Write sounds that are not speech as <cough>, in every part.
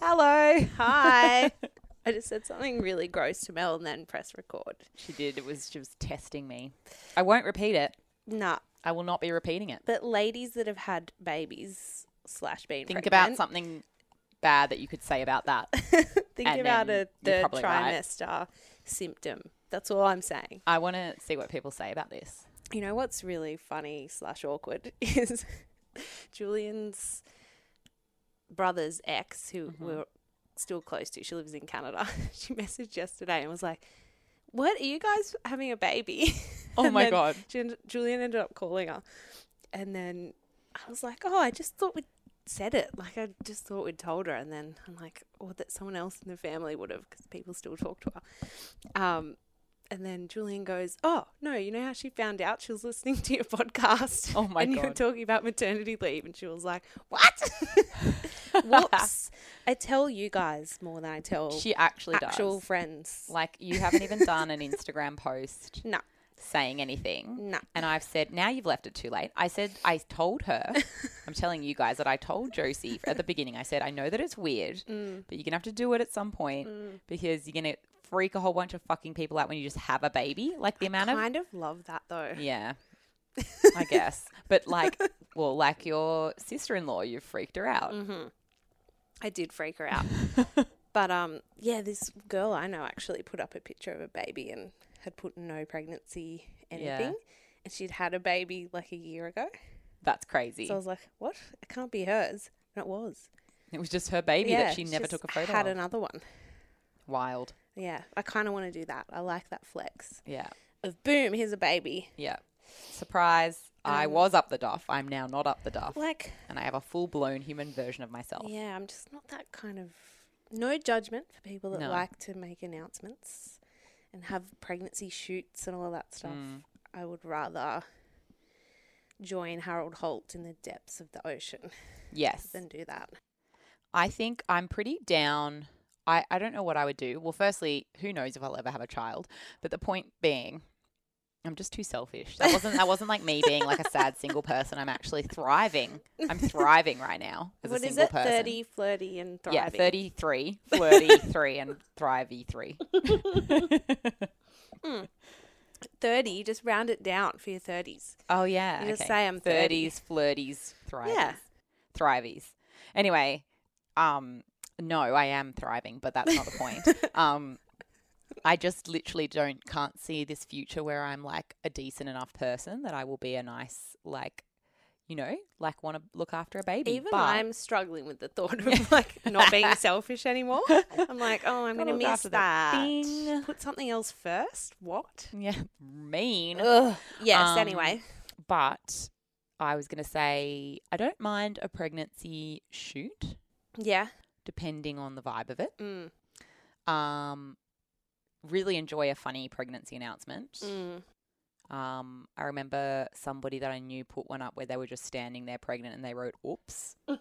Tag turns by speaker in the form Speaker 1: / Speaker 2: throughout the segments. Speaker 1: Hello.
Speaker 2: Hi. <laughs> I just said something really gross to Mel and then press record.
Speaker 1: She did. It was she was testing me. I won't repeat it.
Speaker 2: Nah.
Speaker 1: I will not be repeating it.
Speaker 2: But ladies that have had babies slash been
Speaker 1: Think about
Speaker 2: pregnant,
Speaker 1: something bad that you could say about that.
Speaker 2: <laughs> Think
Speaker 1: and
Speaker 2: about
Speaker 1: then
Speaker 2: a third
Speaker 1: you're probably right.
Speaker 2: trimester symptom. That's all I'm saying.
Speaker 1: I want to see what people say about this.
Speaker 2: You know what's really funny slash awkward <laughs> is Julian's brother's ex, who we're still close to. She lives in Canada. <laughs> She messaged yesterday and was like, "What are you guys having a baby?"
Speaker 1: Oh
Speaker 2: And
Speaker 1: my
Speaker 2: then
Speaker 1: God.
Speaker 2: she end- Julian ended up calling her, and then I was like, "Oh, I just thought we said it. Like I just thought we'd told her." And then I'm like, "Oh, that someone else in the family would have, because people still talk to her." Um, and then Julian goes, "Oh no, you know how she found out? She was listening to your podcast.
Speaker 1: Oh my
Speaker 2: and you were
Speaker 1: God.
Speaker 2: talking about maternity leave, and she was
Speaker 1: <laughs>
Speaker 2: like, "What? <laughs> Whoops! I tell you guys more than I tell
Speaker 1: She actually
Speaker 2: actual
Speaker 1: does.
Speaker 2: friends.
Speaker 1: Like you haven't even done an Instagram post
Speaker 2: no,
Speaker 1: saying anything.
Speaker 2: no.
Speaker 1: And I've said, now you've left it too late. I said, I
Speaker 2: <laughs>
Speaker 1: told her, I'm telling you guys that I told Josie at the beginning. I said, I know that it's weird,
Speaker 2: Mm.
Speaker 1: but you're going to have to do it at some point because you're going to freak a whole bunch of fucking people out when you just have a baby. Like the amount of
Speaker 2: kind of love that though. <laughs>
Speaker 1: Yeah. I guess. But like, well, like your sister in law, you've freaked her out.
Speaker 2: Mm-hmm. I did freak her
Speaker 1: <laughs>
Speaker 2: out. but um, yeah, this girl I know actually put up a picture of a baby and had put no pregnancy anything, and she'd had a baby like a year ago.
Speaker 1: That's crazy.
Speaker 2: So I was like, "What? It can't be hers." And it was.
Speaker 1: it was just her baby
Speaker 2: yeah,
Speaker 1: that she never
Speaker 2: just
Speaker 1: took a photo
Speaker 2: Had
Speaker 1: of.
Speaker 2: another one.
Speaker 1: Wild.
Speaker 2: Yeah, I kind of want to do that. I like that flex
Speaker 1: Yeah.
Speaker 2: of boom, here's a baby.
Speaker 1: Yeah. Surprise. I
Speaker 2: um,
Speaker 1: was up the duff. I'm now not up the duff.
Speaker 2: Like,
Speaker 1: And I have a full blown human version of myself.
Speaker 2: yeah, I'm just not that kind of. No judgment for people that
Speaker 1: No.
Speaker 2: like to make announcements and have pregnancy shoots and all of that stuff.
Speaker 1: Mm.
Speaker 2: I would rather join Harold Holt in the depths of the ocean
Speaker 1: Yes.
Speaker 2: than do that.
Speaker 1: I think I'm pretty down. I, I don't know what I would do. Well, firstly, who knows if I'll ever have a child. But the point being, I'm just too selfish. That wasn't that wasn't
Speaker 2: <laughs>
Speaker 1: like me being like a sad single person. I'm actually thriving. I'm thriving right now as
Speaker 2: What
Speaker 1: a
Speaker 2: is
Speaker 1: single
Speaker 2: it?
Speaker 1: person.
Speaker 2: Thirty, flirty, and thriving.
Speaker 1: Yeah, 33, flirty three, and thrivey three.
Speaker 2: 30, Just round it down for your thirties.
Speaker 1: Oh yeah,
Speaker 2: You just
Speaker 1: okay.
Speaker 2: say I'm 30.
Speaker 1: thirties, flirties, thrivies,
Speaker 2: Yeah.
Speaker 1: thrivies. Anyway, um, no, I am thriving, but that's not the point.
Speaker 2: <laughs>
Speaker 1: um, I just literally don't can't see this future where I'm like a decent enough person that I will be a nice like, you know, like want to look after a baby.
Speaker 2: Even
Speaker 1: but
Speaker 2: I'm struggling with the thought
Speaker 1: <laughs>
Speaker 2: of like not being selfish anymore. I'm like, oh, I'm going
Speaker 1: Gotta
Speaker 2: to
Speaker 1: look
Speaker 2: miss
Speaker 1: after the
Speaker 2: that.
Speaker 1: thing.
Speaker 2: Put something else first. What?
Speaker 1: <laughs> yeah, mean.
Speaker 2: Ugh. Yes.
Speaker 1: Um,
Speaker 2: anyway,
Speaker 1: But I was gonna say I don't mind a pregnancy shoot,
Speaker 2: yeah.
Speaker 1: depending on the vibe of it.
Speaker 2: Mm,
Speaker 1: um, really enjoy a funny pregnancy announcement.
Speaker 2: mm.
Speaker 1: Um, I remember somebody that I knew put one up where they were just standing there pregnant and they wrote
Speaker 2: <laughs>
Speaker 1: oops. <laughs>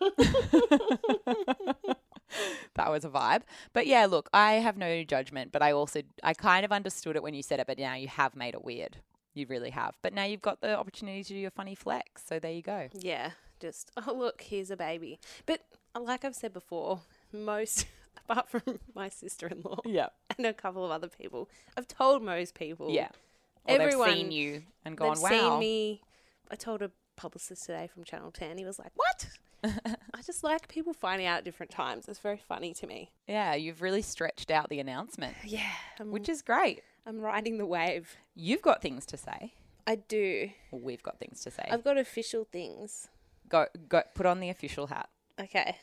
Speaker 1: that was a vibe. But yeah, look, I have no judgment, but I also I kind of understood it when you said it, but now you have made it weird. You really have. But now you've got the opportunity to do a funny flex. So there you go.
Speaker 2: Yeah. Just <laughs> oh look, here's a baby. But uh, like I've said before, most <laughs> apart from my sister-in-law <laughs>
Speaker 1: Yeah.
Speaker 2: and a couple of other people, I've told most people.
Speaker 1: Yeah. Or
Speaker 2: Everyone-
Speaker 1: they've seen you and
Speaker 2: They've
Speaker 1: gone, wow.
Speaker 2: seen me. I told a publicist today from Channel Ten. He was like,
Speaker 1: <laughs>
Speaker 2: "What?" I just like people finding out at different times. It's very funny to me.
Speaker 1: Yeah, you've really stretched out the announcement,
Speaker 2: Yeah, I'm,
Speaker 1: which is great.
Speaker 2: I'm riding the wave.
Speaker 1: You've got things to say.
Speaker 2: I do.
Speaker 1: Well, we've got things to say.
Speaker 2: I've got official things.
Speaker 1: Go, go, put on the official hat. <laughs>
Speaker 2: Okay.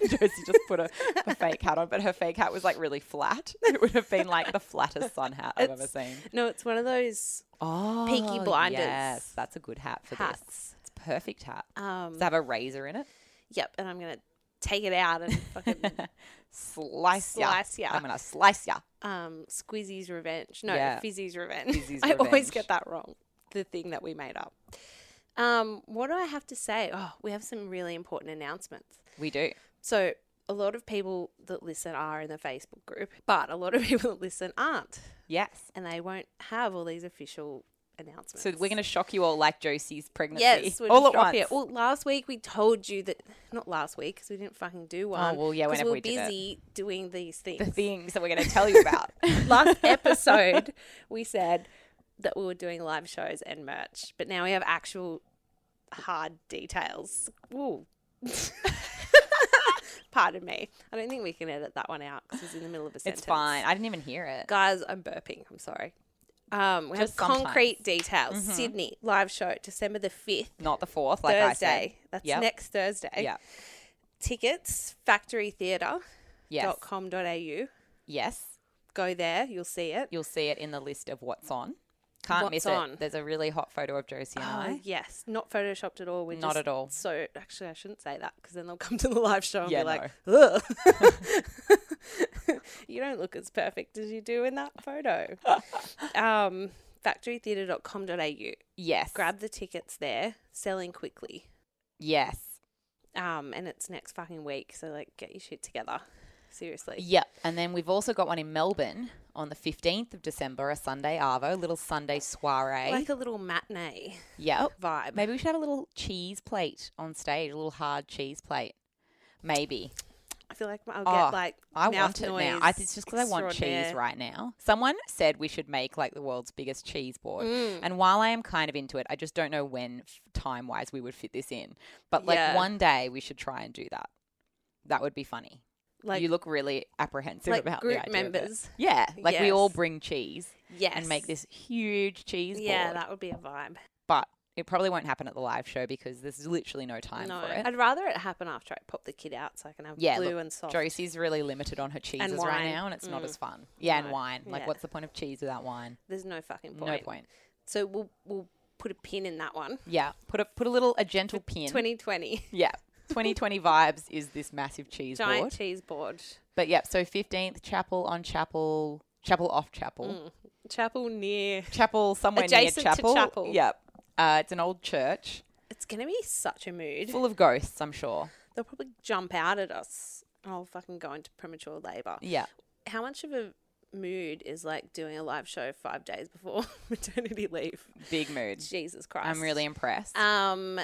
Speaker 1: Josie just put a, a fake hat on, but her fake hat was like really flat. <laughs> It would have been like the flattest sun hat I've ever
Speaker 2: It's-
Speaker 1: seen.
Speaker 2: No, it's one of those
Speaker 1: Oh,
Speaker 2: Blinders
Speaker 1: Yes, that's a good hat for this.
Speaker 2: hats.
Speaker 1: It's a perfect hat.
Speaker 2: Um,
Speaker 1: Does it have a razor in it?
Speaker 2: yep, and I'm gonna take it out and fucking
Speaker 1: Slice,
Speaker 2: Slice ya.
Speaker 1: I'm gonna slice ya.
Speaker 2: um, Squeezy's Revenge. No,
Speaker 1: Yeah.
Speaker 2: Fizzy's Revenge.
Speaker 1: Fizzy's
Speaker 2: <laughs> I always
Speaker 1: Revenge.
Speaker 2: get that wrong. The thing that we made up. Um, what do I have to say? Oh, we have some really important announcements.
Speaker 1: We do.
Speaker 2: So a lot of people that listen are in the Facebook <laughs> group, but a lot of people that listen aren't,
Speaker 1: Yes.
Speaker 2: and they won't have all these official announcements.
Speaker 1: So we're going to shock you all like Josie's pregnancy.
Speaker 2: yes, we're
Speaker 1: all
Speaker 2: all
Speaker 1: at once.
Speaker 2: Well, last week we told you that not last week because we didn't fucking do one.
Speaker 1: Oh, well, yeah,
Speaker 2: um, 'cause
Speaker 1: whenever
Speaker 2: we're
Speaker 1: we did it.
Speaker 2: busy doing these things.
Speaker 1: the things that we're going to tell
Speaker 2: <laughs>
Speaker 1: you about. <laughs>
Speaker 2: last episode we said that we were doing live shows and merch, but now we have actual hard details. Ooh. <laughs> Pardon me. I don't think we can edit that one out because it's in the middle of a sentence.
Speaker 1: It's fine. I didn't even hear it.
Speaker 2: Guys, I'm burping. I'm sorry. Um, we
Speaker 1: Just
Speaker 2: have
Speaker 1: sometimes.
Speaker 2: concrete details. Sydney live show December the fifth,
Speaker 1: Not the fourth, like I said.
Speaker 2: Thursday. That's
Speaker 1: Yep.
Speaker 2: next Thursday.
Speaker 1: Yeah.
Speaker 2: Tickets factorytheatre.com.au.
Speaker 1: Yes. Yes.
Speaker 2: Go there, you'll see it.
Speaker 1: You'll see it in the list of what's on. Can't
Speaker 2: What's
Speaker 1: miss
Speaker 2: on?
Speaker 1: it. There's a really hot photo of Josie and
Speaker 2: Oh,
Speaker 1: I.
Speaker 2: yes, not photoshopped at all. We're
Speaker 1: Not
Speaker 2: Oh, just
Speaker 1: at all.
Speaker 2: So actually, I shouldn't say that because then they'll come to the live show and
Speaker 1: Yeah,
Speaker 2: be like,
Speaker 1: <laughs>
Speaker 2: "Ugh, <laughs> "You don't look as perfect as you do in that
Speaker 1: <laughs>
Speaker 2: photo." um, factorytheatre.com.au.
Speaker 1: Yes.
Speaker 2: Grab the tickets there, selling quickly.
Speaker 1: Yes.
Speaker 2: Um, and it's next fucking week, so like, get your shit together. Seriously.
Speaker 1: Yep. And then we've also got one in Melbourne on the 15th of December, a Sunday Arvo, little Sunday soiree.
Speaker 2: Like a little matinee
Speaker 1: yep.
Speaker 2: vibe.
Speaker 1: Maybe we should have a little cheese plate on stage, a little hard cheese plate. Maybe.
Speaker 2: I feel like I'll get
Speaker 1: Oh,
Speaker 2: like
Speaker 1: I
Speaker 2: mouth
Speaker 1: want it
Speaker 2: noise
Speaker 1: now. I, it's just because I want cheese
Speaker 2: extraordinaire.
Speaker 1: right now. Someone said we should make like the world's biggest cheese board.
Speaker 2: Mm.
Speaker 1: And while I am kind of into it, I just don't know when time wise we would fit this in. But like
Speaker 2: Yeah.
Speaker 1: one day we should try and do that. That would be funny.
Speaker 2: Like
Speaker 1: you look really apprehensive
Speaker 2: like
Speaker 1: about
Speaker 2: group
Speaker 1: the idea of it.
Speaker 2: members.
Speaker 1: Yeah, like we all
Speaker 2: Yes.
Speaker 1: bring cheese
Speaker 2: Yes.
Speaker 1: and make this huge cheese
Speaker 2: Yeah,
Speaker 1: board.
Speaker 2: that would be a vibe.
Speaker 1: but it probably won't happen at the live show because there's literally no time
Speaker 2: no,
Speaker 1: for it.
Speaker 2: I'd rather it happen after I pop the kid out so I can have
Speaker 1: Yeah,
Speaker 2: blue
Speaker 1: look,
Speaker 2: and soft.
Speaker 1: Josie's really limited on her cheeses right
Speaker 2: wine.
Speaker 1: now, and it's not
Speaker 2: Mm.
Speaker 1: as fun. Yeah, and
Speaker 2: No.
Speaker 1: wine. Like,
Speaker 2: Yeah.
Speaker 1: what's the point of cheese without wine?
Speaker 2: There's no fucking point.
Speaker 1: No point.
Speaker 2: So we'll we'll put a pin in that one.
Speaker 1: Yeah, put a put a little a gentle pin.
Speaker 2: 2020
Speaker 1: Yeah,
Speaker 2: <laughs>
Speaker 1: 2020 vibes is this massive cheese
Speaker 2: giant
Speaker 1: board.
Speaker 2: cheese board.
Speaker 1: But yeah, so 15th chapel on chapel, chapel off chapel,
Speaker 2: Chapel near.
Speaker 1: chapel somewhere
Speaker 2: Mm. Adjacent
Speaker 1: near
Speaker 2: to
Speaker 1: chapel.
Speaker 2: chapel.
Speaker 1: Yep. Uh, it's an old church
Speaker 2: It's gonna be such a mood.
Speaker 1: full of ghosts, I'm sure.
Speaker 2: They'll probably jump out at us. I'll fucking go into premature labor.
Speaker 1: Yeah.
Speaker 2: How much of a mood is like doing a live show five days before <laughs> maternity leave?
Speaker 1: Big mood.
Speaker 2: Jesus Christ!
Speaker 1: I'm really impressed.
Speaker 2: Um,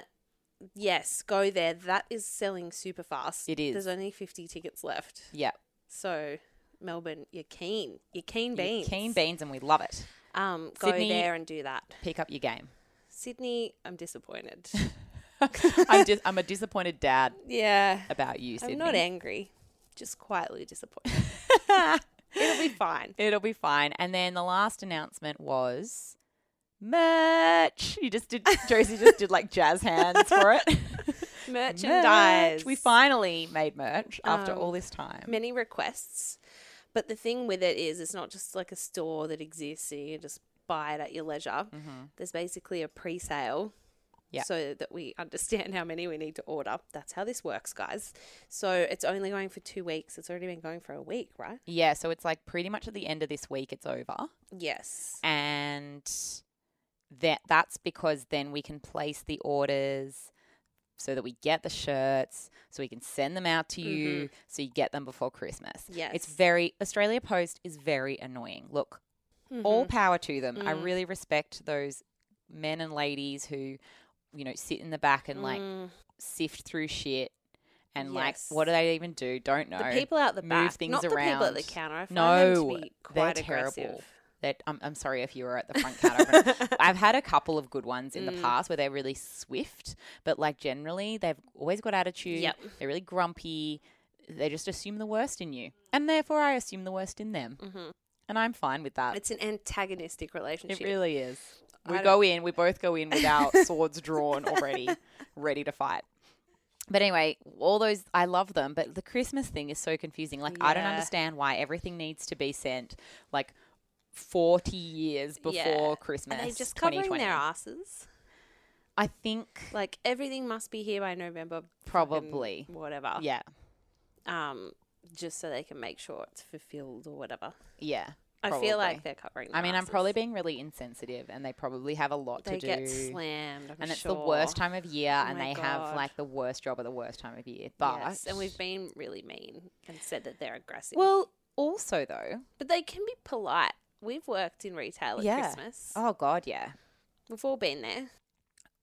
Speaker 2: yes, go there. That is selling super fast.
Speaker 1: It is.
Speaker 2: There's only 50 tickets left.
Speaker 1: yeah.
Speaker 2: So, Melbourne, you're keen. You're keen
Speaker 1: You're
Speaker 2: beans.
Speaker 1: Keen beans, and we love it.
Speaker 2: Um, go
Speaker 1: Sydney-
Speaker 2: there and do that.
Speaker 1: Pick up
Speaker 2: <laughs>
Speaker 1: your game.
Speaker 2: Sydney, I'm
Speaker 1: <laughs>
Speaker 2: disappointed. <laughs>
Speaker 1: I'm just, I'm a disappointed dad
Speaker 2: yeah.
Speaker 1: about you, Sydney.
Speaker 2: I'm not angry. Just quietly
Speaker 1: <laughs>
Speaker 2: disappointed. It'll be fine.
Speaker 1: It'll be fine. And then the last announcement was merch. You just
Speaker 2: <laughs>
Speaker 1: did Josie just did like jazz hands for it.
Speaker 2: Merchandise.
Speaker 1: Merch. We finally made merch after
Speaker 2: Um,
Speaker 1: all this time.
Speaker 2: many requests. But the thing with it is, it's not just like a store that exists and you just buy it at your leisure. There's basically a pre sale.
Speaker 1: Mm-hmm. Yeah.
Speaker 2: So that we understand how many we need to order. That's how this works, guys. So it's only going for two weeks. It's already been going for a week, right?
Speaker 1: Yeah, so it's like pretty much at the end of this week it's over.
Speaker 2: Yes.
Speaker 1: And that that's because then we can place the orders so that we get the shirts, so we can send them out to you, so you get them before Christmas. It's
Speaker 2: Mm-hmm. Yes.
Speaker 1: very Australia Post is very annoying. Look,
Speaker 2: Mm-hmm.
Speaker 1: all power to them. I
Speaker 2: Mm.
Speaker 1: really respect those men and ladies who, you know, sit in the back and like
Speaker 2: Mm.
Speaker 1: sift through shit and like
Speaker 2: Yes.
Speaker 1: what do they even do? Don't know.
Speaker 2: the people out the
Speaker 1: move
Speaker 2: back,
Speaker 1: things
Speaker 2: not the people at the
Speaker 1: around.
Speaker 2: counter. I find them
Speaker 1: no,
Speaker 2: to be
Speaker 1: they're
Speaker 2: quite
Speaker 1: terrible.
Speaker 2: aggressive.
Speaker 1: That I'm, I'm sorry if you were at the front counter.
Speaker 2: <laughs>
Speaker 1: but I've had a couple of good ones
Speaker 2: Mm.
Speaker 1: in the past where they're really swift, but like generally they've always got attitude.
Speaker 2: Yep.
Speaker 1: They're really grumpy. They just assume the worst in you, and therefore I assume the worst in them,
Speaker 2: Mhm.
Speaker 1: and I'm fine with that.
Speaker 2: It's an antagonistic
Speaker 1: It
Speaker 2: relationship.
Speaker 1: really is.
Speaker 2: I
Speaker 1: We
Speaker 2: don't-
Speaker 1: go in, we both go in with
Speaker 2: <laughs>
Speaker 1: our swords drawn already, ready to fight. But anyway, all those, I love them, but the Christmas thing is so confusing. Like, I don't
Speaker 2: Yeah.
Speaker 1: understand why everything needs to be sent like 40 years before
Speaker 2: Yeah.
Speaker 1: Christmas.
Speaker 2: Are they just covering
Speaker 1: 2020.
Speaker 2: their asses?
Speaker 1: I think,
Speaker 2: Like everything must be here by November. fucking
Speaker 1: Probably.
Speaker 2: Whatever.
Speaker 1: yeah,
Speaker 2: Um, just so they can make sure it's fulfilled or whatever.
Speaker 1: yeah.
Speaker 2: I feel
Speaker 1: probably.
Speaker 2: like they're covering.
Speaker 1: I mean, I'm
Speaker 2: asses.
Speaker 1: probably being really insensitive, and they probably have a lot
Speaker 2: they
Speaker 1: to do.
Speaker 2: get slammed, I'm
Speaker 1: and it's the
Speaker 2: sure. Oh
Speaker 1: worst time of year, and
Speaker 2: my
Speaker 1: they have
Speaker 2: God.
Speaker 1: like the worst job at the worst time of year. But
Speaker 2: Yes, and we've been really mean and said that they're aggressive.
Speaker 1: well, also though,
Speaker 2: but they can be polite. We've worked in retail at
Speaker 1: Yeah.
Speaker 2: Christmas.
Speaker 1: Oh God, yeah.
Speaker 2: We've all been there.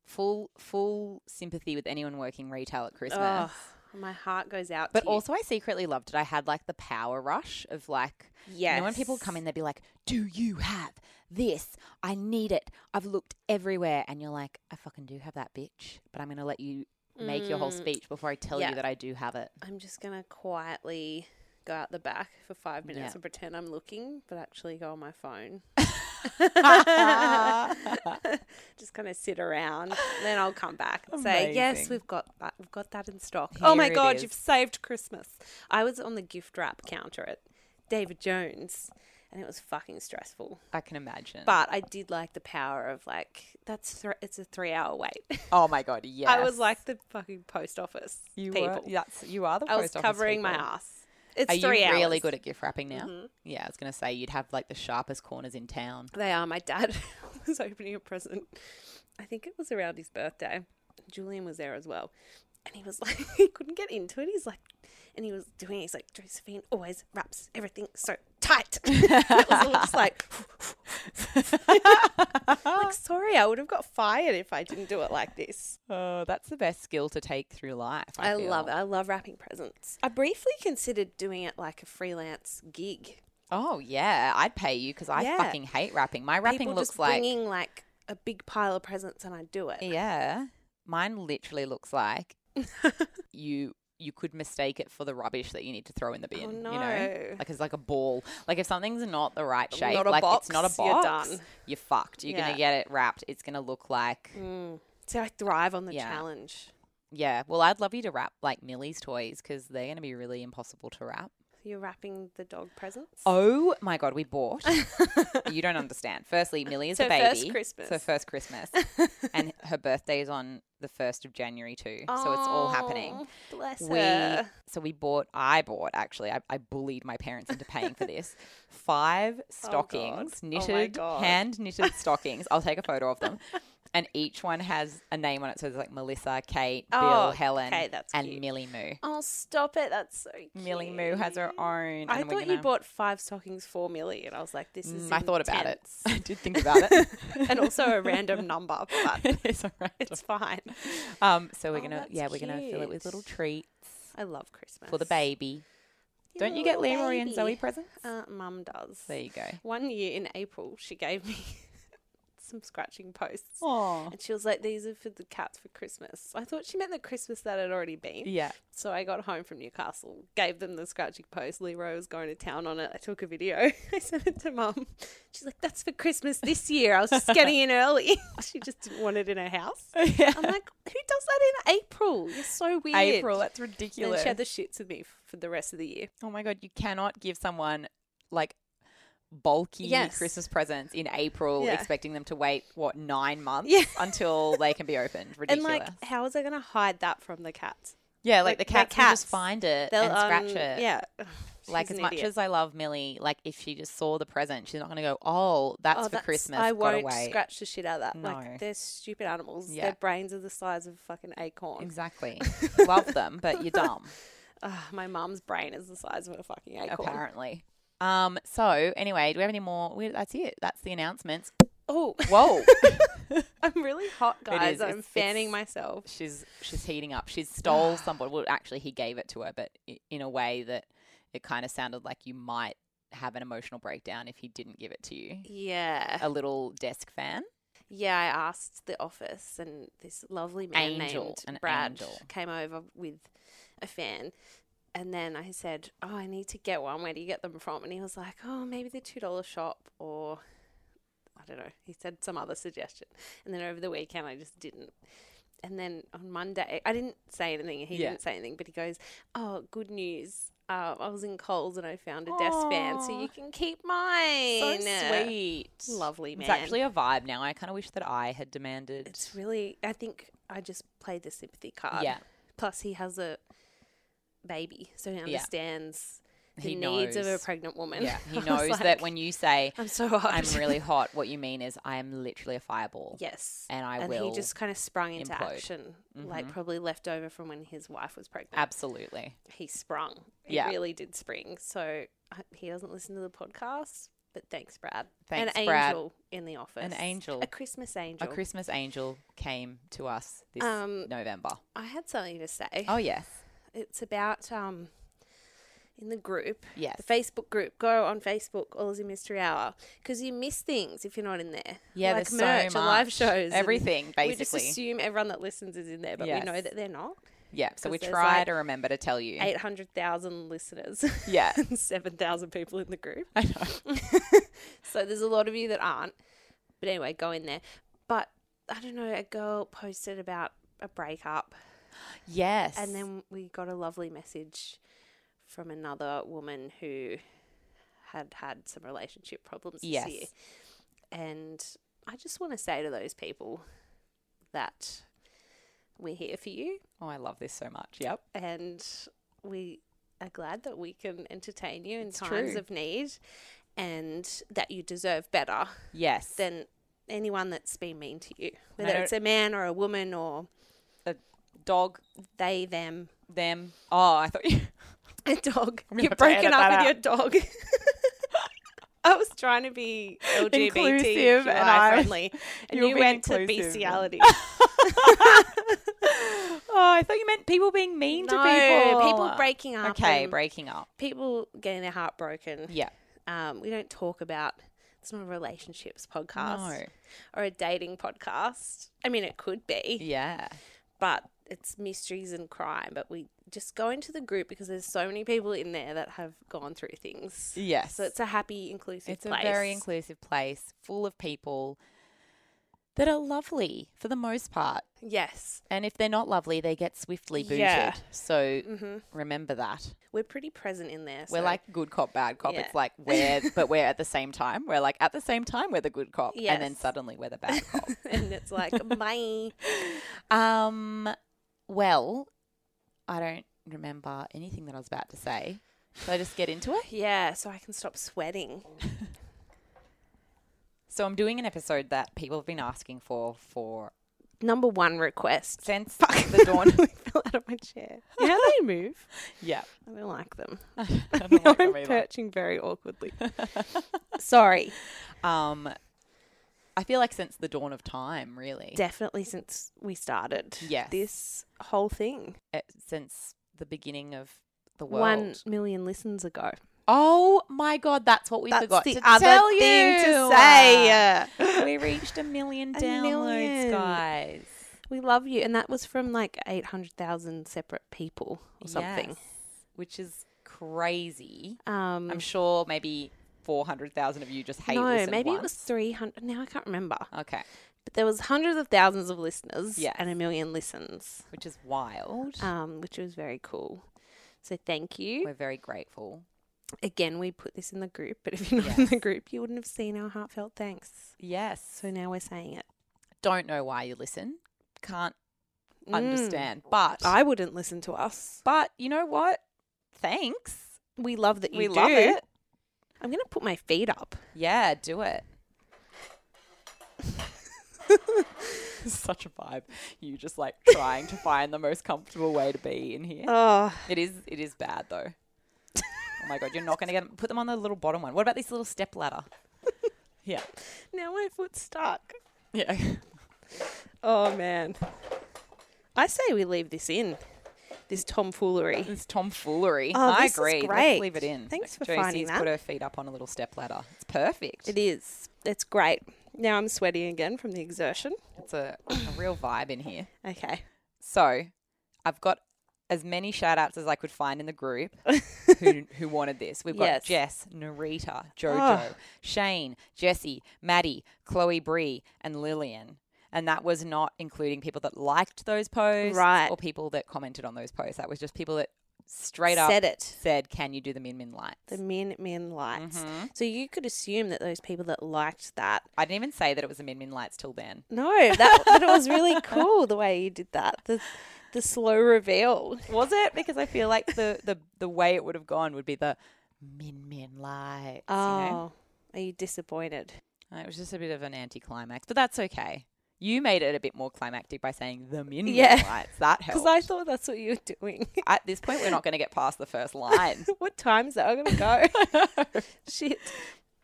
Speaker 1: Full full sympathy with anyone working retail at Christmas.
Speaker 2: Oh, my heart goes out.
Speaker 1: But
Speaker 2: to you.
Speaker 1: also, I secretly loved it. I had like the power rush of like,
Speaker 2: yes.
Speaker 1: you know, when people come in, they'd be like, Do you have this? I need it. I've looked everywhere. And you're like, I fucking do have that bitch, but I'm going to let you make your whole
Speaker 2: Mm.
Speaker 1: speech before I tell
Speaker 2: Yeah.
Speaker 1: you that I do have it.
Speaker 2: I'm just gonna quietly go out the back for five minutes
Speaker 1: Yeah.
Speaker 2: and pretend I'm looking, but actually go on my
Speaker 1: <laughs>
Speaker 2: phone. <laughs> just kind of sit around, and then I'll come back and say, "Yes,
Speaker 1: Amazing.
Speaker 2: we've got that. We've got that in stock." oh my
Speaker 1: Here it
Speaker 2: god,
Speaker 1: is.
Speaker 2: you've saved Christmas! I was on the gift wrap counter at David Jones, and it was fucking stressful.
Speaker 1: I can imagine.
Speaker 2: But I did like the power of like that's thr it's a three hour wait. <laughs>
Speaker 1: oh my God, yes.
Speaker 2: I was like the fucking post office
Speaker 1: you
Speaker 2: people.
Speaker 1: Were, that's, you are the
Speaker 2: I was
Speaker 1: post office
Speaker 2: covering my
Speaker 1: people.
Speaker 2: ass. It's
Speaker 1: Are you
Speaker 2: three hours.
Speaker 1: really good at gift wrapping now?
Speaker 2: Mhm.
Speaker 1: Yeah, I was going to say you'd have like the sharpest corners in town.
Speaker 2: They are. My dad <laughs> was opening a present. I think it was around his birthday. Julian was there as well. And he was <laughs> like, he couldn't get into it. He's like, and he was doing, he's like, Josephine always wraps everything so tight. <laughs> it was all
Speaker 1: <laughs>
Speaker 2: just like, <laughs> like, sorry, I would have got fired if I didn't do it like this.
Speaker 1: Oh, that's the best skill to take through life.
Speaker 2: I,
Speaker 1: I, feel.
Speaker 2: love it. I love wrapping presents. I briefly considered doing it like a freelance gig.
Speaker 1: Oh yeah, I'd pay you because I
Speaker 2: Yeah.
Speaker 1: fucking hate wrapping. My wrapping
Speaker 2: People
Speaker 1: looks
Speaker 2: just
Speaker 1: like
Speaker 2: bringing like a big pile of presents and I do it.
Speaker 1: <laughs> yeah, mine literally looks like you you could mistake it for the rubbish that you need to throw in the bin.
Speaker 2: Oh, no.
Speaker 1: You know, like it's like a ball. Like if something's not the right shape,
Speaker 2: Not a
Speaker 1: like it's not a
Speaker 2: box, you're
Speaker 1: box,
Speaker 2: done.
Speaker 1: you're fucked. You're
Speaker 2: Yeah.
Speaker 1: gonna get it wrapped. It's gonna look like
Speaker 2: Mm. So I thrive on the
Speaker 1: Yeah.
Speaker 2: challenge.
Speaker 1: yeah. Well, I'd love you to wrap like Millie's toys because they're gonna be really impossible to wrap.
Speaker 2: You're wrapping the dog presents.
Speaker 1: Oh my god, we bought. you don't understand. Firstly, Millie is
Speaker 2: So
Speaker 1: a baby.
Speaker 2: first Christmas.
Speaker 1: So first Christmas, and her birthday is on the first of January too. So it's all happening.
Speaker 2: Oh, Bless
Speaker 1: We
Speaker 2: her.
Speaker 1: so we bought. I bought actually. I, I bullied my parents into paying for this.
Speaker 2: <laughs>
Speaker 1: Five stockings,
Speaker 2: Oh my
Speaker 1: knitted,
Speaker 2: God. <laughs>
Speaker 1: hand knitted stockings. I'll take a photo of them. And each one has a name on it. So it's like Melissa, Kate, Bill,
Speaker 2: Oh,
Speaker 1: Helen,
Speaker 2: okay, that's
Speaker 1: and
Speaker 2: cute.
Speaker 1: Millie Moo.
Speaker 2: Oh, stop it. That's so cute.
Speaker 1: Millie Moo has her own.
Speaker 2: I
Speaker 1: and we're
Speaker 2: thought you
Speaker 1: gonna-
Speaker 2: bought five stockings for Millie, and I was like, this is.
Speaker 1: Mm, I thought about it.
Speaker 2: <laughs> intense.
Speaker 1: I did think about it.
Speaker 2: and also a random number, but
Speaker 1: <laughs> it is all right.
Speaker 2: it's fine.
Speaker 1: Um, so we're
Speaker 2: Oh,
Speaker 1: gonna
Speaker 2: that's
Speaker 1: yeah, we're gonna fill it with
Speaker 2: cute.
Speaker 1: little treats
Speaker 2: I love Christmas.
Speaker 1: for the baby.
Speaker 2: Your
Speaker 1: Don't you get
Speaker 2: little
Speaker 1: Leroy and
Speaker 2: baby.
Speaker 1: Zoe presents?
Speaker 2: Uh, Mum does.
Speaker 1: there you go.
Speaker 2: One year in April, she gave me <laughs> some scratching posts.
Speaker 1: Oh
Speaker 2: And she was like, These are for the cats for Christmas. I thought she meant the Christmas that had already been.
Speaker 1: <laughs> yeah.
Speaker 2: So I got home from Newcastle, gave them the scratching post. Leroy was going to town on it. I took a video. <laughs> I sent it to mum. She's like, That's for Christmas this year. I was just getting in early. <laughs> she just didn't want it in her house.
Speaker 1: Oh, <laughs>
Speaker 2: I'm like, Who does that in April? You're so weird.
Speaker 1: April, that's
Speaker 2: And then
Speaker 1: ridiculous.
Speaker 2: she had the shits with me for the rest of the year.
Speaker 1: oh my god, you cannot give someone like bulky
Speaker 2: Yes.
Speaker 1: Christmas presents in April,
Speaker 2: Yeah.
Speaker 1: expecting them to wait what nine months
Speaker 2: Yeah.
Speaker 1: until they can be
Speaker 2: <laughs>
Speaker 1: opened.
Speaker 2: And
Speaker 1: Ridiculous.
Speaker 2: like, how was I going to hide that from the cats?
Speaker 1: yeah, like,
Speaker 2: like,
Speaker 1: the
Speaker 2: they're
Speaker 1: cats, will
Speaker 2: cats.
Speaker 1: just find it
Speaker 2: They'll
Speaker 1: and scratch
Speaker 2: um,
Speaker 1: it.
Speaker 2: Yeah. <sighs>
Speaker 1: Like
Speaker 2: She's
Speaker 1: as
Speaker 2: an
Speaker 1: much
Speaker 2: idiot.
Speaker 1: as I love Millie, like if she just saw the present, she's not going to go, "Oh, that's
Speaker 2: Oh,
Speaker 1: for Christmas."
Speaker 2: I
Speaker 1: got
Speaker 2: won't
Speaker 1: away.
Speaker 2: scratch the shit out of that.
Speaker 1: No.
Speaker 2: Like they're stupid animals.
Speaker 1: Yeah.
Speaker 2: Their brains are the size of a fucking acorn.
Speaker 1: Exactly.
Speaker 2: <laughs>
Speaker 1: Love them, but you're dumb,
Speaker 2: Ugh, my mum's brain is the size of a fucking acorn.
Speaker 1: apparently. Um, so anyway, do we have any more? We, that's it. That's
Speaker 2: <laughs>
Speaker 1: the announcements.
Speaker 2: Oh,
Speaker 1: Whoa.
Speaker 2: I'm really hot, guys.
Speaker 1: is.
Speaker 2: I'm
Speaker 1: It's-
Speaker 2: fanning
Speaker 1: it's-
Speaker 2: myself.
Speaker 1: she's she's heating up.
Speaker 2: <sighs>
Speaker 1: She stole somebody. Well, actually, he gave it to her, but i- in a way that it kind of sounded like you might have an emotional breakdown if he didn't give it to you.
Speaker 2: Yeah.
Speaker 1: A little desk fan.
Speaker 2: Yeah, I asked the office, and this lovely man
Speaker 1: Angel, an
Speaker 2: named Brad
Speaker 1: angel.
Speaker 2: came over with a fan. And then I said, Oh, I need to get one. Where do you get them from? And he was like, Oh, maybe the $2 shop, or I don't know. He said some other suggestion. And then over the weekend, I just didn't. And then on Monday, I didn't say anything. He
Speaker 1: Yeah.
Speaker 2: didn't say anything, but he goes, Oh, good news. Um, I was in Coles and I found a desk fan, so
Speaker 1: Aw.
Speaker 2: you can keep mine.
Speaker 1: So sweet.
Speaker 2: Lovely man.
Speaker 1: It's actually a vibe now. I kind of wish that I had demanded.
Speaker 2: It's really, I think I just played the sympathy card.
Speaker 1: Yeah.
Speaker 2: Plus, he has a baby, so he understands the
Speaker 1: He
Speaker 2: needs of a
Speaker 1: knows.
Speaker 2: pregnant woman. <laughs>
Speaker 1: yeah, he
Speaker 2: I was
Speaker 1: knows
Speaker 2: like,
Speaker 1: that when
Speaker 2: <laughs>
Speaker 1: you say
Speaker 2: I'm so hot.
Speaker 1: I'm really hot, what you mean is I am literally a fireball.
Speaker 2: yes.
Speaker 1: And I
Speaker 2: and
Speaker 1: will.
Speaker 2: he just kind of sprung into
Speaker 1: implode. Mm-hmm.
Speaker 2: action, like probably left over from when his wife was pregnant.
Speaker 1: Absolutely.
Speaker 2: he sprung. He
Speaker 1: Yeah.
Speaker 2: really did spring. So I- he doesn't listen to the podcast, But thanks, Brad.
Speaker 1: Thanks,
Speaker 2: An
Speaker 1: Brad.
Speaker 2: angel in the office.
Speaker 1: An angel.
Speaker 2: A Christmas angel.
Speaker 1: A Christmas angel came to us this
Speaker 2: Um,
Speaker 1: November.
Speaker 2: <laughs> I had something to say.
Speaker 1: Oh yes,
Speaker 2: It's about um in the group,
Speaker 1: yes,
Speaker 2: <laughs> the Facebook group. Go on Facebook, All Is a Mystery Hour, because you miss things if you're not in there.
Speaker 1: yeah.
Speaker 2: like
Speaker 1: there's
Speaker 2: merch,
Speaker 1: so
Speaker 2: or
Speaker 1: much.
Speaker 2: live shows, and
Speaker 1: everything
Speaker 2: We just
Speaker 1: basically.
Speaker 2: assume everyone that listens is in there, but we know
Speaker 1: Yes.
Speaker 2: that they're not.
Speaker 1: yeah, so we
Speaker 2: 'cause there's,
Speaker 1: try
Speaker 2: like,
Speaker 1: to remember to tell you.
Speaker 2: Eight hundred thousand listeners.
Speaker 1: <laughs>
Speaker 2: <laughs>
Speaker 1: Yeah,
Speaker 2: and 7,000 people in the group.
Speaker 1: I know.
Speaker 2: So there's a lot of you that aren't. But anyway, go in there. But I don't know, a girl posted about a breakup,
Speaker 1: Yes,
Speaker 2: and then we got a lovely message from another woman who had had some relationship problems this
Speaker 1: Yes.
Speaker 2: year. And I just want to say to those people that we're here for you
Speaker 1: oh, I love this so much. Yep,
Speaker 2: and we are glad that we can entertain you in
Speaker 1: It's
Speaker 2: times
Speaker 1: true.
Speaker 2: of need and that you deserve better
Speaker 1: yes.
Speaker 2: than anyone that's been mean to you,
Speaker 1: And I
Speaker 2: whether it's a man or a woman or
Speaker 1: Dog,
Speaker 2: they, them,
Speaker 1: them. Oh, I thought you. <laughs>
Speaker 2: a dog.
Speaker 1: I'm gonna
Speaker 2: You've
Speaker 1: have to edit
Speaker 2: broken
Speaker 1: that
Speaker 2: up with your dog. <laughs> I was trying to be
Speaker 1: Inclusive
Speaker 2: LGBTQI
Speaker 1: and I-
Speaker 2: friendly, and
Speaker 1: you were
Speaker 2: you
Speaker 1: being
Speaker 2: went to
Speaker 1: inclusive. <laughs>
Speaker 2: bestiality. <laughs>
Speaker 1: oh, I thought you meant people being mean to
Speaker 2: No,
Speaker 1: people.
Speaker 2: people breaking up.
Speaker 1: Okay,
Speaker 2: and
Speaker 1: breaking up.
Speaker 2: people getting their heart broken.
Speaker 1: Yeah.
Speaker 2: Um, we don't talk about. It's not a relationships podcast
Speaker 1: No.
Speaker 2: or a dating podcast. I mean, it could be,
Speaker 1: Yeah.
Speaker 2: but it's mysteries and crime. But we just go into the group because there's so many people in there that have gone through things.
Speaker 1: Yes.
Speaker 2: So it's a happy, inclusive
Speaker 1: It's
Speaker 2: place.
Speaker 1: a very inclusive place full of people that are lovely for the most part.
Speaker 2: yes.
Speaker 1: And if they're not lovely, they get swiftly booted.
Speaker 2: Yeah.
Speaker 1: So
Speaker 2: hmm
Speaker 1: remember that.
Speaker 2: We're pretty present in there.
Speaker 1: We're
Speaker 2: so-
Speaker 1: like good cop, bad cop.
Speaker 2: Yeah.
Speaker 1: It's like
Speaker 2: <laughs>
Speaker 1: we're, but we're at the same time. We're like at the same time, we're the good cop. And then
Speaker 2: Yes.
Speaker 1: suddenly we're
Speaker 2: <laughs>
Speaker 1: the bad cop.
Speaker 2: <laughs> and it's <laughs> like, my.
Speaker 1: Um, well, I don't remember anything that I was about to say. Shall I just get into it?
Speaker 2: Yeah, so I can stop sweating.
Speaker 1: So I'm doing an episode that people have been asking for for
Speaker 2: Number one <laughs> request.
Speaker 1: since the
Speaker 2: <laughs>
Speaker 1: dawn.
Speaker 2: I fell out of my chair. You know how they move? <laughs>
Speaker 1: yeah, <laughs>
Speaker 2: I don't like them.
Speaker 1: I don't
Speaker 2: Now
Speaker 1: like them
Speaker 2: I'm
Speaker 1: either.
Speaker 2: perching very awkwardly. Sorry.
Speaker 1: Um, I feel like since the dawn of time, really,
Speaker 2: Definitely since we started
Speaker 1: Yes.
Speaker 2: this whole thing.
Speaker 1: Eh, since the beginning of the world.
Speaker 2: One million listens ago.
Speaker 1: Oh my God, that's what we
Speaker 2: That's
Speaker 1: forgot
Speaker 2: the
Speaker 1: to
Speaker 2: other
Speaker 1: tell
Speaker 2: thing
Speaker 1: you.
Speaker 2: to say.
Speaker 1: we reached a million
Speaker 2: A
Speaker 1: downloads,
Speaker 2: million.
Speaker 1: guys.
Speaker 2: we love you. And that was from like 800,000 separate people or something.
Speaker 1: Yes, which is crazy.
Speaker 2: Um,
Speaker 1: I'm sure maybe 400,000 of you just hate
Speaker 2: no,
Speaker 1: listen
Speaker 2: maybe
Speaker 1: once.
Speaker 2: it was 300. Now I can't remember.
Speaker 1: Okay,
Speaker 2: But there was hundreds of thousands of listeners
Speaker 1: Yes.
Speaker 2: and a million listens,
Speaker 1: which is wild.
Speaker 2: um, which was very cool. So thank you.
Speaker 1: We're very grateful.
Speaker 2: Again, we put this in the group, but if you're not in the group, you wouldn't have seen our heartfelt thanks.
Speaker 1: Yes.
Speaker 2: So now we're saying it.
Speaker 1: Don't know why you listen. Can't
Speaker 2: Mm.
Speaker 1: understand. But
Speaker 2: I wouldn't listen to us.
Speaker 1: but you know what? Thanks.
Speaker 2: We love that you
Speaker 1: we
Speaker 2: do.
Speaker 1: love it.
Speaker 2: I'm going to put my feet up.
Speaker 1: Yeah, do it. <laughs> Such a vibe. You just like trying to find the most comfortable way to be in here.
Speaker 2: Oh,
Speaker 1: It is. It is bad though. oh my god, you're not going to get 'em- put them on the little bottom one. What about this little step ladder? Yeah,
Speaker 2: now my foot's stuck.
Speaker 1: yeah. <laughs>
Speaker 2: Oh, man. I say we leave this in, this tomfoolery.
Speaker 1: It's tomfoolery.
Speaker 2: Oh,
Speaker 1: I
Speaker 2: this is
Speaker 1: agree.
Speaker 2: great.
Speaker 1: Let's leave it in.
Speaker 2: Thanks for
Speaker 1: Josie's
Speaker 2: finding that.
Speaker 1: put her feet up on a little step ladder. It's perfect.
Speaker 2: It is. It's great. Now I'm sweating again from the exertion.
Speaker 1: It's a, a real vibe in here.
Speaker 2: Okay.
Speaker 1: So, I've got as many shout outs as I could find in
Speaker 2: <laughs>
Speaker 1: the group who, who wanted this. We've
Speaker 2: Yes. Ah.
Speaker 1: got Jess, Narita, Jojo, Shane, Jesse, Maddie, Chloe Bree, and Lillian. And that was not including people that liked those posts
Speaker 2: Right.
Speaker 1: or people that commented on those posts. That was just people that straight up
Speaker 2: Said it.
Speaker 1: said, Can you do the Min Min lights?
Speaker 2: The Min Min lights.
Speaker 1: Mhm.
Speaker 2: So you could assume that those people that liked that.
Speaker 1: I didn't even say that it was the Min Min lights till then.
Speaker 2: No, that but it was
Speaker 1: <laughs>
Speaker 2: really cool the way you did that. The the slow reveal.
Speaker 1: Was it? Because I feel like the, the, the way it would have gone would be the Min Min lights.
Speaker 2: Oh.
Speaker 1: You know?
Speaker 2: Are you disappointed?
Speaker 1: Uh, It was just a bit of an anticlimax, but that's okay. You made it a bit more climactic by saying the min
Speaker 2: Yeah.
Speaker 1: lights. <laughs> That helps.
Speaker 2: Because I thought that's what you were doing. <laughs>
Speaker 1: At this <laughs> point, we're not going to get past the first line. <laughs>
Speaker 2: what time's that? I'm gonna go. Shit.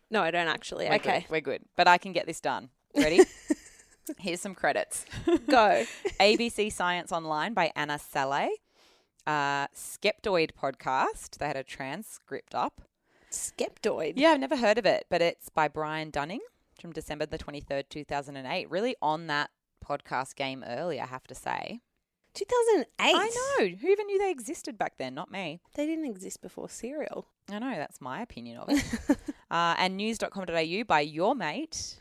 Speaker 2: No, I don't actually.
Speaker 1: We're
Speaker 2: okay,
Speaker 1: Good. We're good. But I can get this done. <laughs> Ready? Here's some credits <laughs>
Speaker 2: go.
Speaker 1: ABC Science Online by Anna Saleh. Uh, Skeptoid podcast. They had a transcript up.
Speaker 2: Skeptoid.
Speaker 1: Yeah, I've never heard of it, but it's by Brian Dunning from December the 23rd, 2008. Really on that podcast game early, I have to say.
Speaker 2: 2008.
Speaker 1: I know. Who even knew they existed back then? Not me.
Speaker 2: They didn't exist before cereal. <laughs>
Speaker 1: I know. That's my opinion of it. uh, and news.com.au by your mate,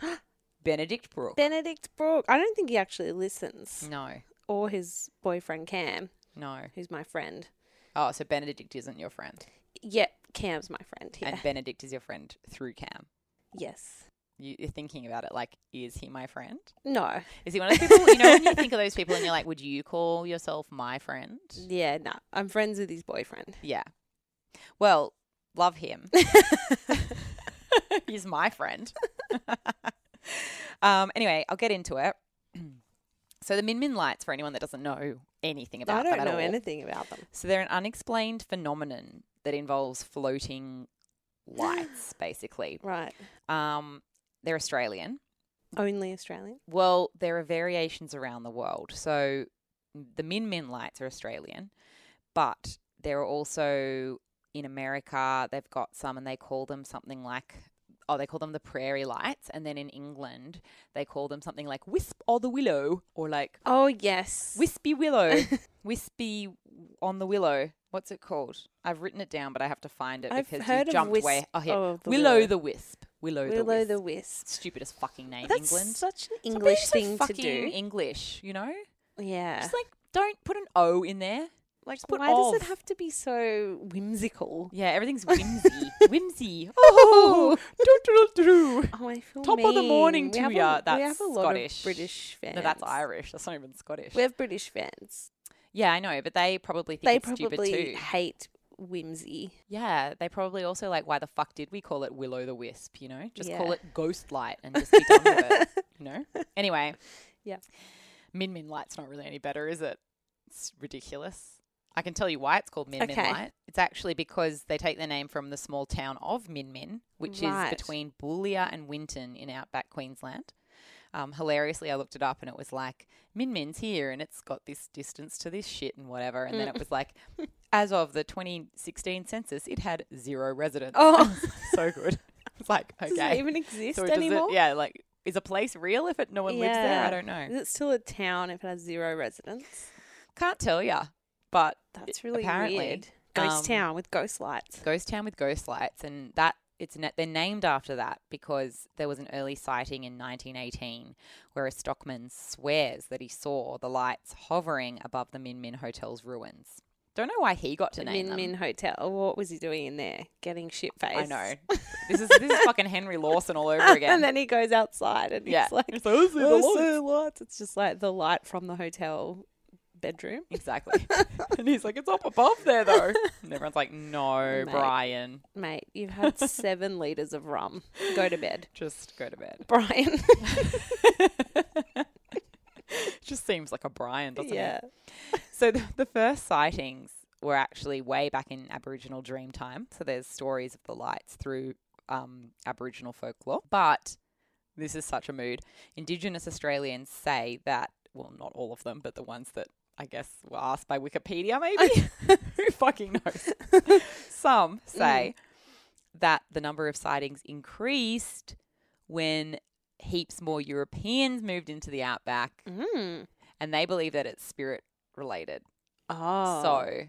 Speaker 1: Benedict Brooke.
Speaker 2: Benedict Brooke. I don't think he actually listens.
Speaker 1: no,
Speaker 2: Or his boyfriend Cam,
Speaker 1: no.
Speaker 2: who's my friend.
Speaker 1: Oh, so Benedict isn't your friend.
Speaker 2: Yep, Cam's my friend. Yeah.
Speaker 1: And Benedict is your friend through Cam.
Speaker 2: yes.
Speaker 1: You, you're thinking about it like, is he my friend?
Speaker 2: No.
Speaker 1: Is he one of those people? You know, when you think of those people and you're like, would you call yourself my friend?
Speaker 2: Yeah, no. I'm friends with his boyfriend.
Speaker 1: Yeah. Well,
Speaker 2: <laughs>
Speaker 1: love him. <laughs> He's my friend. <laughs> um, anyway, I'll get into it. <clears throat> So the Min Min lights, for anyone that doesn't know anything about
Speaker 2: I don't
Speaker 1: them at
Speaker 2: know
Speaker 1: all.
Speaker 2: anything about them.
Speaker 1: So they're an unexplained phenomenon that involves floating
Speaker 2: <gasps>
Speaker 1: lights, basically.
Speaker 2: Right.
Speaker 1: Um, they're Australian.
Speaker 2: Only Australian.
Speaker 1: Well, there are variations around the world. So the Min Min lights are Australian, but there are also in America, they've got some and they call them something like, oh, they call them the prairie lights. And then in England, they call them something like wisp or the willow or like
Speaker 2: Oh, yes. <laughs>
Speaker 1: wispy willow, wispy on the willow. What's it called? I've written it down, but I have to find it
Speaker 2: I've
Speaker 1: because
Speaker 2: heard
Speaker 1: you
Speaker 2: of
Speaker 1: jumped
Speaker 2: wisp-
Speaker 1: way. Oh, here.
Speaker 2: oh, the
Speaker 1: willow,
Speaker 2: willow.
Speaker 1: the wisp. Willow, the
Speaker 2: Willow
Speaker 1: wisp.
Speaker 2: the Wisp.
Speaker 1: Stupidest fucking name,
Speaker 2: That's
Speaker 1: England.
Speaker 2: such an
Speaker 1: Stop
Speaker 2: English
Speaker 1: being so
Speaker 2: thing to do.
Speaker 1: fucking English, you know?
Speaker 2: yeah.
Speaker 1: Just like don't put an O in there. Like just put
Speaker 2: Why does it
Speaker 1: of.
Speaker 2: have to be so whimsical?
Speaker 1: Yeah, <laughs> everything's whimsy. <laughs> whimsy. Oh, doo-doo-doo-doo.
Speaker 2: Oh, I feel
Speaker 1: Top of the morning
Speaker 2: mean.
Speaker 1: to
Speaker 2: we have
Speaker 1: ya.
Speaker 2: A, we
Speaker 1: That's
Speaker 2: have a lot
Speaker 1: Scottish.
Speaker 2: of British fans.
Speaker 1: No, that's Irish. That's not even Scottish.
Speaker 2: We have British fans.
Speaker 1: yeah, I know, but they probably think
Speaker 2: They
Speaker 1: it's stupid
Speaker 2: probably
Speaker 1: too.
Speaker 2: hate whimsy.
Speaker 1: Yeah, they probably also like, why the fuck did we call it Willow the Wisp? You know, just call
Speaker 2: Yeah.
Speaker 1: it Ghost Light and just be done with
Speaker 2: <laughs>
Speaker 1: it. You know. Anyway.
Speaker 2: Yeah.
Speaker 1: Min Min Light's not really any better, is it? It's ridiculous. I can tell you why it's called Min Min
Speaker 2: Okay.
Speaker 1: Light. It's actually because they take their name from the small town of Min Min, which
Speaker 2: Right.
Speaker 1: is between Boolia and Winton in outback Queensland. Um, hilariously, I looked it up and it was like Min Min's here and it's got this distance to this shit and whatever. And
Speaker 2: Mm.
Speaker 1: then it
Speaker 2: <laughs>
Speaker 1: was like, as of the 2016 census, it had zero residents. <laughs>
Speaker 2: Oh. <laughs>
Speaker 1: so good. It's like, okay.
Speaker 2: Does it even exist
Speaker 1: So it- does it-
Speaker 2: anymore?
Speaker 1: yeah, like, is a place real if it, no one lives there?
Speaker 2: Yeah.
Speaker 1: I don't know.
Speaker 2: Is it still a town if it has zero residents?
Speaker 1: Can't tell ya, but
Speaker 2: That's really
Speaker 1: apparently,
Speaker 2: weird. Ghost
Speaker 1: um,
Speaker 2: town with ghost lights.
Speaker 1: ghost town with ghost lights, and that it's na- they're named after that because there was an early sighting in 1918 where a stockman swears that he saw the lights hovering above the Min Min Hotel's ruins. Don't know why he got to
Speaker 2: The
Speaker 1: name
Speaker 2: Min
Speaker 1: them.
Speaker 2: Min Hotel. What was he doing in there? Getting shit faced.
Speaker 1: I know.
Speaker 2: <laughs>
Speaker 1: This is this is fucking Henry Lawson all over again.
Speaker 2: and then he goes outside and
Speaker 1: yeah,
Speaker 2: he's
Speaker 1: <laughs>
Speaker 2: like,
Speaker 1: It's like, "I see the
Speaker 2: "Oh,
Speaker 1: lights."
Speaker 2: so lights. It's just like the light from the hotel bedroom.
Speaker 1: Exactly. <laughs> and he's like, it's up above there though. And everyone's like, no,
Speaker 2: <laughs> Mate.
Speaker 1: Brian,
Speaker 2: Mate, you've
Speaker 1: <laughs>
Speaker 2: had seven litres of rum. Go to bed.
Speaker 1: just go to bed.
Speaker 2: <laughs>
Speaker 1: <laughs>
Speaker 2: Brian.
Speaker 1: just seems like a Brian, doesn't
Speaker 2: yeah.
Speaker 1: it? So the, the first sightings were actually way back in Aboriginal dream time. So there's stories of the lights through um, Aboriginal folklore. But this is such a mood. Indigenous Australians say that, well, not all of them, but the ones that I guess were asked by Wikipedia, maybe. <laughs> Who fucking knows? Some say that the number of sightings increased when heaps more Europeans moved into the outback
Speaker 2: Mm.
Speaker 1: and they believe that it's spirit related.
Speaker 2: Oh.
Speaker 1: So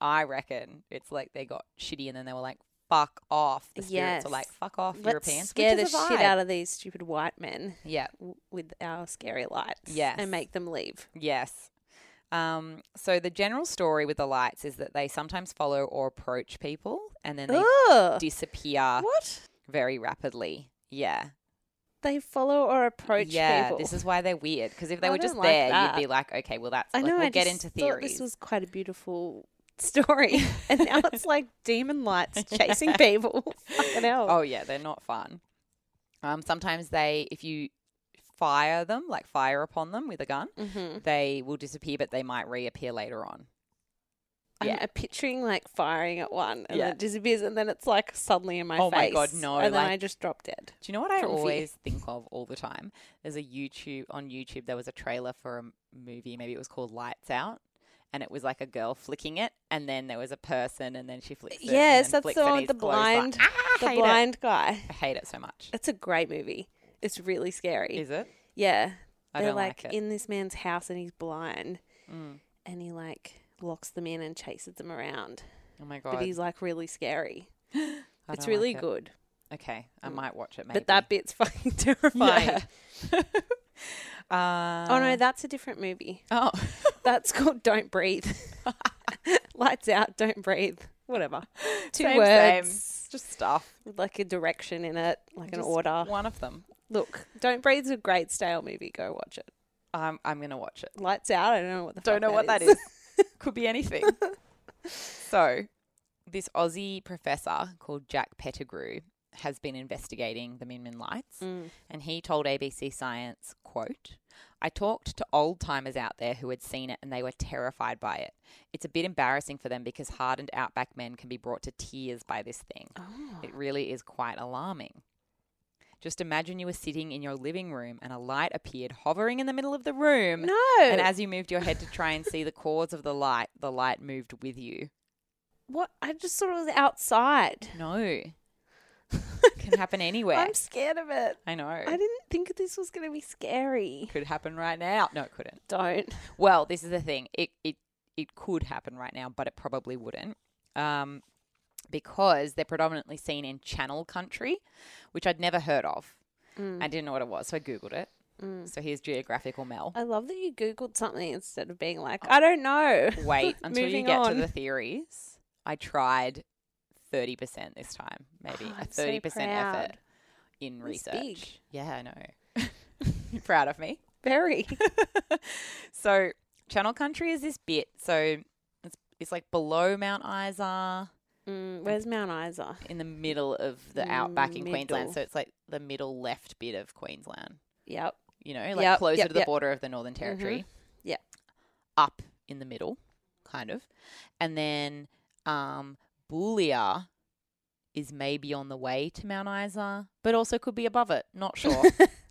Speaker 1: I reckon it's like they got shitty and then they were like, fuck off. The spirits
Speaker 2: Yes.
Speaker 1: were like, fuck off,
Speaker 2: Let's
Speaker 1: Europeans.
Speaker 2: scare the shit out of these stupid white men
Speaker 1: Yeah.
Speaker 2: w- with our scary lights.
Speaker 1: Yes.
Speaker 2: And make them leave.
Speaker 1: Yes. Um, so the general story with the lights is that they sometimes follow or approach people and then they
Speaker 2: Ugh.
Speaker 1: disappear
Speaker 2: What?
Speaker 1: very rapidly. Yeah.
Speaker 2: They follow or approach
Speaker 1: yeah.
Speaker 2: people.
Speaker 1: This is why they're weird. Because if they
Speaker 2: I
Speaker 1: were
Speaker 2: don't
Speaker 1: just
Speaker 2: like
Speaker 1: there,
Speaker 2: that.
Speaker 1: you'd be like, okay, well, that's
Speaker 2: I
Speaker 1: like,
Speaker 2: know.
Speaker 1: we'll
Speaker 2: I
Speaker 1: get
Speaker 2: just
Speaker 1: into
Speaker 2: thought
Speaker 1: theories.
Speaker 2: This was quite a beautiful
Speaker 1: <laughs>
Speaker 2: story, and now it's like demon lights chasing people.
Speaker 1: <laughs>
Speaker 2: Fucking hell.
Speaker 1: Oh yeah, they're not fun. Um, sometimes they, if you fire them, like fire upon them with a gun,
Speaker 2: Mm-hmm.
Speaker 1: they will disappear, but they might reappear later on.
Speaker 2: I'm
Speaker 1: Yeah.
Speaker 2: uh, picturing like firing at one and
Speaker 1: Yeah.
Speaker 2: then it disappears and then it's like suddenly in my
Speaker 1: Oh
Speaker 2: face.
Speaker 1: my God, no,
Speaker 2: And then
Speaker 1: like-
Speaker 2: I just drop dead.
Speaker 1: Do you know what I
Speaker 2: From fear.
Speaker 1: always think of all the time? There's a YouTube on YouTube. There was a trailer for a m- movie. Maybe it was called Lights Out, and it was like a girl flicking it, and then there was a person, and then she flicks it. and
Speaker 2: Yes,
Speaker 1: then
Speaker 2: that's
Speaker 1: flicks
Speaker 2: the
Speaker 1: and
Speaker 2: one with
Speaker 1: he's
Speaker 2: the
Speaker 1: close, like,
Speaker 2: blind-
Speaker 1: "Ah, I
Speaker 2: The
Speaker 1: hate it."
Speaker 2: blind guy.
Speaker 1: I hate it so much.
Speaker 2: It's a great movie. It's really scary.
Speaker 1: Is it?
Speaker 2: yeah.
Speaker 1: I
Speaker 2: They're
Speaker 1: don't like, it.
Speaker 2: in this man's house and he's blind
Speaker 1: Mm.
Speaker 2: and he like locks them in and chases them around.
Speaker 1: Oh my
Speaker 2: But
Speaker 1: god,
Speaker 2: he's like really scary.
Speaker 1: I
Speaker 2: It's
Speaker 1: don't
Speaker 2: really
Speaker 1: like it.
Speaker 2: good.
Speaker 1: Okay, I
Speaker 2: Mm.
Speaker 1: might watch it. Maybe.
Speaker 2: But that bit's <laughs> fucking terrifying.
Speaker 1: Yeah.
Speaker 2: Oh no,
Speaker 1: Uh,
Speaker 2: that's a different movie.
Speaker 1: <laughs> Oh,
Speaker 2: That's called Don't
Speaker 1: <laughs>
Speaker 2: Breathe. <laughs> Lights out, don't breathe. Whatever. Two
Speaker 1: Same, same.
Speaker 2: words.
Speaker 1: it's just stuff.
Speaker 2: with Like a direction in it, like an
Speaker 1: Just
Speaker 2: order.
Speaker 1: One of them.
Speaker 2: Look, Don't Breathe's a great stale movie. Go watch it.
Speaker 1: I'm. I'm gonna watch it.
Speaker 2: Lights out, I don't know what the
Speaker 1: Don't
Speaker 2: fuck
Speaker 1: know what that is. <laughs> Could be anything. so, this Aussie professor called Jack Pettigrew has been investigating the Min Min lights,
Speaker 2: <laughs> Mm.
Speaker 1: and he told ABC Science, "quote I talked to old timers out there who had seen it, and they were terrified by it. It's a bit embarrassing for them because hardened outback men can be brought to tears by this thing.
Speaker 2: Oh.
Speaker 1: It really is quite alarming." Just imagine you were sitting in your living room and a light appeared hovering in the middle of the room
Speaker 2: No. <laughs>
Speaker 1: and as you moved your head to try and see the cause of the light, the light moved with you.
Speaker 2: what? I just thought it was outside. <laughs>
Speaker 1: No. It can happen anywhere.
Speaker 2: I'm scared of it.
Speaker 1: I know.
Speaker 2: I didn't think this was going to be scary.
Speaker 1: could happen right now. No, it couldn't.
Speaker 2: Don't.
Speaker 1: Well, this is the thing. It it it could happen right now, but it probably wouldn't. Um because they're predominantly seen in channel country, which I'd never heard of.
Speaker 2: Mm.
Speaker 1: I didn't know what it was, so I googled it. So here's geographical Mel.
Speaker 2: I love that you Googled something instead of being like, I don't know. <laughs>
Speaker 1: Wait until you
Speaker 2: Moving
Speaker 1: get
Speaker 2: on.
Speaker 1: to the theories. I tried 30% this time, maybe.
Speaker 2: Oh,
Speaker 1: a
Speaker 2: I'm so
Speaker 1: 30% effort.
Speaker 2: proud.
Speaker 1: in
Speaker 2: That's
Speaker 1: research.
Speaker 2: big.
Speaker 1: Yeah, I know. <laughs> You're proud of me.
Speaker 2: <laughs> Very.
Speaker 1: So Channel Country is this bit. So it's it's like below Mount Isa,
Speaker 2: Mm, where's Mount Isa?
Speaker 1: in the middle of the outback in
Speaker 2: Mm, Middle.
Speaker 1: Queensland. So it's like the middle left bit of Queensland.
Speaker 2: Yep.
Speaker 1: You know, like
Speaker 2: Yep,
Speaker 1: closer
Speaker 2: yep,
Speaker 1: to the
Speaker 2: yep.
Speaker 1: border of the Northern Territory.
Speaker 2: Yep.
Speaker 1: Up in the middle, kind of, and then um, Boolia is maybe on the way to Mount Isa, but also could be above it.
Speaker 2: <laughs>
Speaker 1: Not sure.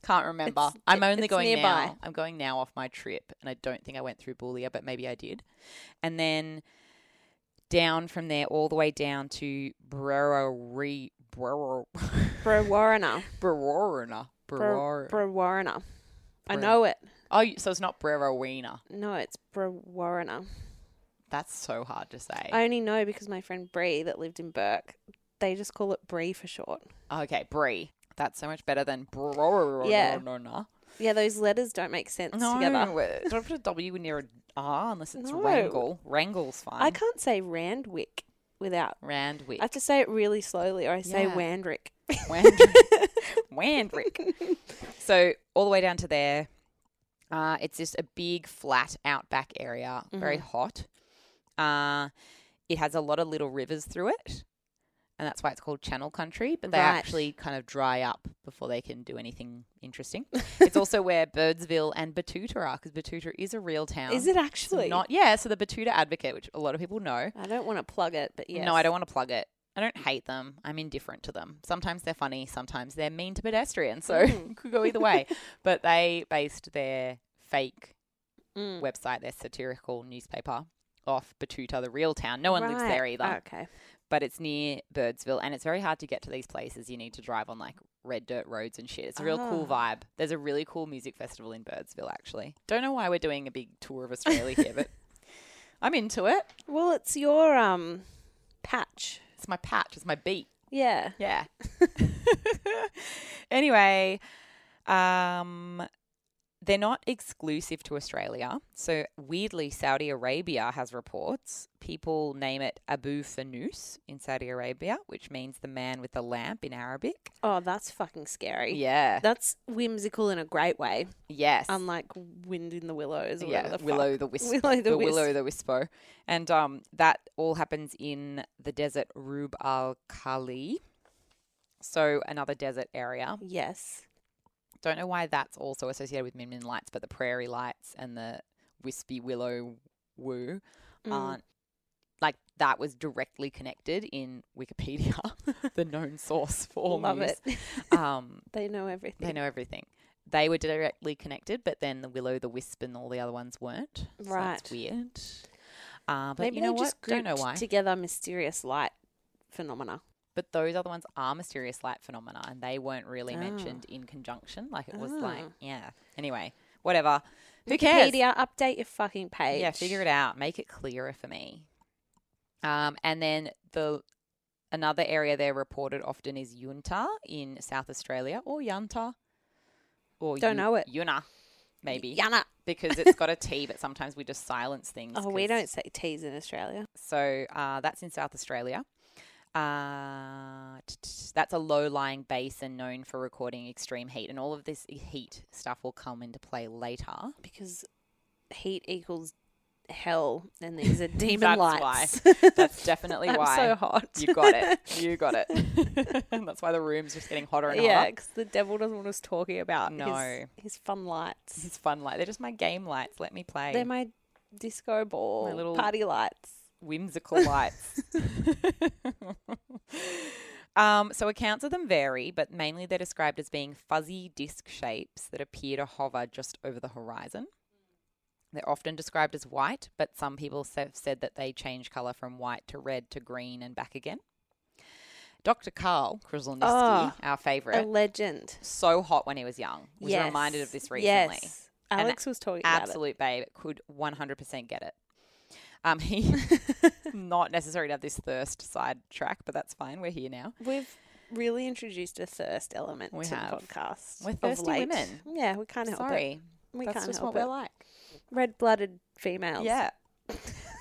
Speaker 1: Can't remember.
Speaker 2: It's-
Speaker 1: I'm only
Speaker 2: it's
Speaker 1: going
Speaker 2: nearby.
Speaker 1: now. I'm going now off my trip, and I don't think I went through Boolia, but maybe I did. And then down from there, all the way down to Brewery, <laughs> Brewer,
Speaker 2: Brewarrina.
Speaker 1: Brewerina, Brewer.
Speaker 2: Brewarrina. I
Speaker 1: Bre-
Speaker 2: know it.
Speaker 1: Oh, you- so it's not Brewerina.
Speaker 2: No, it's Brewarrina.
Speaker 1: That's so hard to say.
Speaker 2: I only know because my friend Bree that lived in Burke, they just call it Bree for short.
Speaker 1: okay, Brie. That's so much better than Brewerina.
Speaker 2: Yeah. Yeah, those letters don't make sense
Speaker 1: No,
Speaker 2: together.
Speaker 1: don't put a W near an R unless it's
Speaker 2: No.
Speaker 1: Wrangle. Wrangle's fine.
Speaker 2: I can't say Randwick without.
Speaker 1: Randwick.
Speaker 2: I have to say it really slowly, or I say
Speaker 1: Yeah.
Speaker 2: Wandrick. <laughs>
Speaker 1: Wandrick. Wandrick. So all the way down to there, uh, it's just a big flat outback area,
Speaker 2: Mm-hmm.
Speaker 1: very hot. Uh, it has a lot of little rivers through it, and that's why it's called Channel Country. But they
Speaker 2: Right.
Speaker 1: actually kind of dry up before they can do anything
Speaker 2: <laughs>
Speaker 1: interesting. it's also where Birdsville and Batuta are, because Batuta is a real town.
Speaker 2: Is it
Speaker 1: It's
Speaker 2: actually?
Speaker 1: not? Yeah. So the Batuta Advocate, which a lot of people know,
Speaker 2: I don't want to plug it, but yes.
Speaker 1: no, I don't want to plug it. I don't hate them. I'm indifferent to them. Sometimes they're funny, sometimes they're mean to pedestrians. So
Speaker 2: Mm.
Speaker 1: it <laughs> could go
Speaker 2: <laughs>
Speaker 1: either way. but they based their fake
Speaker 2: Mm.
Speaker 1: website, their satirical newspaper, off Batuta, the real town. No one lives
Speaker 2: Right. Oh.
Speaker 1: there either.
Speaker 2: Okay.
Speaker 1: But it's near Birdsville and it's very hard to get to these places. You need to drive on like red dirt roads and shit. It's a real cool
Speaker 2: Ah.
Speaker 1: vibe. There's a really cool music festival in Birdsville, actually. Don't know why we're doing a big tour of Australia here,
Speaker 2: <laughs>
Speaker 1: but I'm into it.
Speaker 2: Well, it's your um patch.
Speaker 1: It's my patch, it's my beat.
Speaker 2: Yeah. <laughs>
Speaker 1: Yeah. anyway, um, they're not exclusive to Australia. So weirdly, Saudi Arabia has reports. People name it Abu Fanus in Saudi Arabia, which means the man with the lamp in Arabic.
Speaker 2: Oh, that's fucking scary.
Speaker 1: Yeah.
Speaker 2: That's whimsical in a great way,
Speaker 1: Yes.
Speaker 2: unlike Wind in the Willows. Or
Speaker 1: yeah.
Speaker 2: whatever the
Speaker 1: Willow
Speaker 2: fuck.
Speaker 1: the Wisp.
Speaker 2: Willow the,
Speaker 1: the
Speaker 2: Wisp.
Speaker 1: Willow the Wispo. And um, that all happens in the desert Rub al Khali. So another desert area.
Speaker 2: Yes.
Speaker 1: Don't know why that's also associated with Min Min lights, but the prairie lights and the wispy willow woo
Speaker 2: Mm.
Speaker 1: aren't like that was directly connected in Wikipedia, <laughs> the known source for all
Speaker 2: Love
Speaker 1: news.
Speaker 2: it.
Speaker 1: Um,
Speaker 2: <laughs> They know everything.
Speaker 1: they know everything. They were directly connected, but then the Willow, the Wisp, and all the other ones weren't. So
Speaker 2: Right.
Speaker 1: that's weird. Uh, but
Speaker 2: Maybe
Speaker 1: you know
Speaker 2: they
Speaker 1: what?
Speaker 2: just
Speaker 1: Don't know
Speaker 2: grouped
Speaker 1: why.
Speaker 2: together mysterious light phenomena.
Speaker 1: But those other ones are mysterious light phenomena, and they weren't really
Speaker 2: Ah.
Speaker 1: mentioned in conjunction. Like it was like,
Speaker 2: Ah.
Speaker 1: yeah. Anyway, whatever. Who cares?
Speaker 2: Wikipedia, update your fucking page.
Speaker 1: Yeah, figure it out. Make it clearer for me. Um, and then the another area they're reported often is Yunta in South Australia or Yunta or
Speaker 2: Don't know it.
Speaker 1: Yuna, maybe
Speaker 2: <laughs> Yana.
Speaker 1: because it's got a T, but sometimes we just silence things.
Speaker 2: Oh, we
Speaker 1: 'cause-
Speaker 2: don't say T's in Australia.
Speaker 1: So uh, that's in South Australia. Uh, t- t- that's a low-lying basin known for recording extreme heat, and all of this heat stuff will come into play later.
Speaker 2: <laughs> Because heat equals hell and these are demon
Speaker 1: <laughs> That's
Speaker 2: lights. <laughs>
Speaker 1: That's definitely
Speaker 2: I'm
Speaker 1: why.
Speaker 2: so hot.
Speaker 1: You got it. You got
Speaker 2: <laughs>
Speaker 1: it. and that's why the room's just getting hotter and
Speaker 2: yeah,
Speaker 1: hotter.
Speaker 2: because the devil doesn't want us talking about his-
Speaker 1: No.
Speaker 2: his, fun lights.
Speaker 1: It's fun light. They're just my game lights. Let me play.
Speaker 2: They're my disco ball
Speaker 1: little-
Speaker 2: party lights.
Speaker 1: whimsical lights.
Speaker 2: <laughs>
Speaker 1: um, so accounts of them vary, but mainly they're described as being fuzzy disc shapes that appear to hover just over the horizon. They're often described as white, but some people have said that they change color from white to red to green and back again. Dr. Carl Krasilniski,
Speaker 2: Ah,
Speaker 1: our favorite,
Speaker 2: A legend.
Speaker 1: so hot when he was young. Was
Speaker 2: Yes.
Speaker 1: reminded of this recently.
Speaker 2: Yes.
Speaker 1: And
Speaker 2: Alex was talking
Speaker 1: Absolute babe could 100% get it.
Speaker 2: <laughs>
Speaker 1: Um, <laughs> he not necessary to have this thirst sidetrack, but that's fine. We're here now.
Speaker 2: about it. We've really introduced a thirst element
Speaker 1: We
Speaker 2: to
Speaker 1: have.
Speaker 2: the podcast.
Speaker 1: We're
Speaker 2: of
Speaker 1: thirsty
Speaker 2: late.
Speaker 1: women.
Speaker 2: Yeah, we can't help it.
Speaker 1: Sorry,
Speaker 2: We
Speaker 1: that's
Speaker 2: can't
Speaker 1: just
Speaker 2: help
Speaker 1: what we're
Speaker 2: it.
Speaker 1: like.
Speaker 2: Red-blooded females. <laughs>
Speaker 1: Yeah.